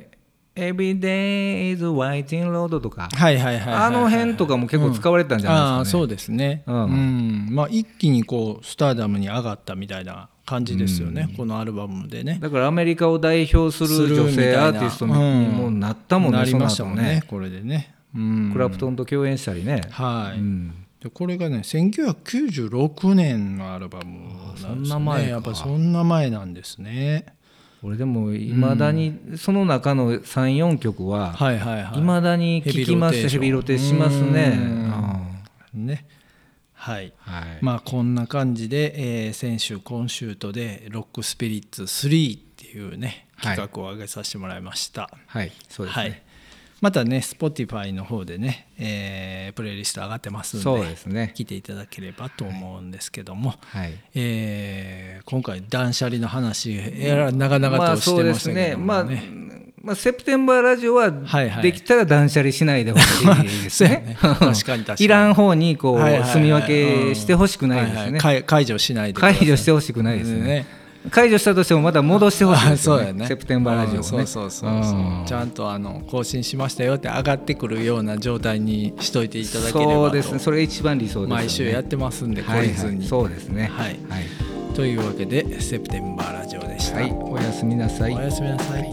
Speaker 2: Every day is whiting road」とか
Speaker 1: はいはいはいはい、
Speaker 2: あの辺とかも結構使われてたんじゃ
Speaker 1: あ
Speaker 2: ない
Speaker 1: あ
Speaker 2: ですかね
Speaker 1: そうですね、う
Speaker 2: うんん
Speaker 1: まあ、一気にこうスターダムに上がったみたいな感じですよね、このアルバムでね。
Speaker 2: だからアメリカを代表する女性アーティストに
Speaker 1: うん
Speaker 2: もうなったもんね、
Speaker 1: なり
Speaker 2: その
Speaker 1: ました
Speaker 2: 後
Speaker 1: も
Speaker 2: も
Speaker 1: ん
Speaker 2: ね
Speaker 1: ねこれでね。うん
Speaker 2: クラプトンと共演したりね、
Speaker 1: はい、
Speaker 2: うん
Speaker 1: でこれがね1996年のアルバムなんです、ね、
Speaker 2: あそんな前か
Speaker 1: やっぱそんな前なんですね
Speaker 2: 俺でもいまだにその中の34曲は
Speaker 1: はいはいはい
Speaker 2: いまだに聴きます
Speaker 1: ヘ
Speaker 2: ヘ
Speaker 1: ビ
Speaker 2: ビ
Speaker 1: ロ
Speaker 2: ロ
Speaker 1: テ
Speaker 2: テ
Speaker 1: ーシ
Speaker 2: し
Speaker 1: ョン
Speaker 2: ますね
Speaker 1: うん
Speaker 2: うん
Speaker 1: ねはい
Speaker 2: はい
Speaker 1: まあこんな感じで、えー先週今週とで「ロックスピリッツ3」っていうね
Speaker 2: はい
Speaker 1: 企画を上げさせてもらいました、
Speaker 2: はいそうです
Speaker 1: は
Speaker 2: ね、
Speaker 1: いまたね Spotify の方でね、えープレイリスト上がってますんで
Speaker 2: そうですね
Speaker 1: 聞いていただければと思うんですけども、
Speaker 2: はい
Speaker 1: えー今回断捨離の話えら長々
Speaker 2: まあ
Speaker 1: とし
Speaker 2: そう
Speaker 1: て
Speaker 2: で
Speaker 1: まし
Speaker 2: す
Speaker 1: たけ
Speaker 2: ね
Speaker 1: ど
Speaker 2: ま
Speaker 1: も
Speaker 2: あ
Speaker 1: ね。
Speaker 2: まあ、セプテンバーラジオは
Speaker 1: はいはい
Speaker 2: できたら断捨離しないでほしいですね。
Speaker 1: そうやね確かに確かに
Speaker 2: いらん方にこう
Speaker 1: はいはいはい
Speaker 2: 住み分けしてほしくないですね。
Speaker 1: はいはい解解除しないでください。
Speaker 2: 解除してほしくないですね
Speaker 1: ね
Speaker 2: 解除したとしてもまだ戻してほしい
Speaker 1: あ
Speaker 2: です
Speaker 1: そ
Speaker 2: よ
Speaker 1: う
Speaker 2: ね
Speaker 1: だよね。
Speaker 2: セプテンバーラジオ
Speaker 1: うん
Speaker 2: をね、
Speaker 1: そうそうそうそう
Speaker 2: うん
Speaker 1: ちゃんとあの更新しましたよって上がってくるような状態にしといていただければと。
Speaker 2: そうですねそれ一番理想ですよね
Speaker 1: 毎週やってますんで、
Speaker 2: はい
Speaker 1: 懲りず
Speaker 2: は
Speaker 1: に。
Speaker 2: いそうですね
Speaker 1: はい
Speaker 2: はい
Speaker 1: というわけでセプテンバーラジオでした。
Speaker 2: はいおやすみなさい
Speaker 1: おやすみなさい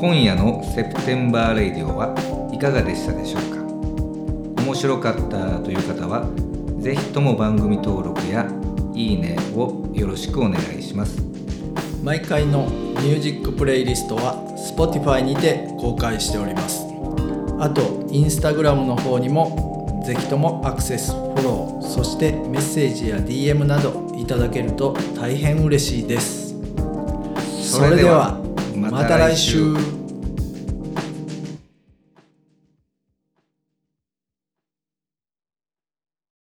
Speaker 2: 今夜のセプテンバーレイディオはいかがでしたでしょうか面白かったという方はぜひとも番組登録やいいねをよろしくお願いします
Speaker 1: 毎回のミュージックプレイリストは Spotify にて公開しておりますあと Instagram の方にもぜひともアクセスフォローそしてメッセージや DM などいただけると大変嬉しいですそれではまた来週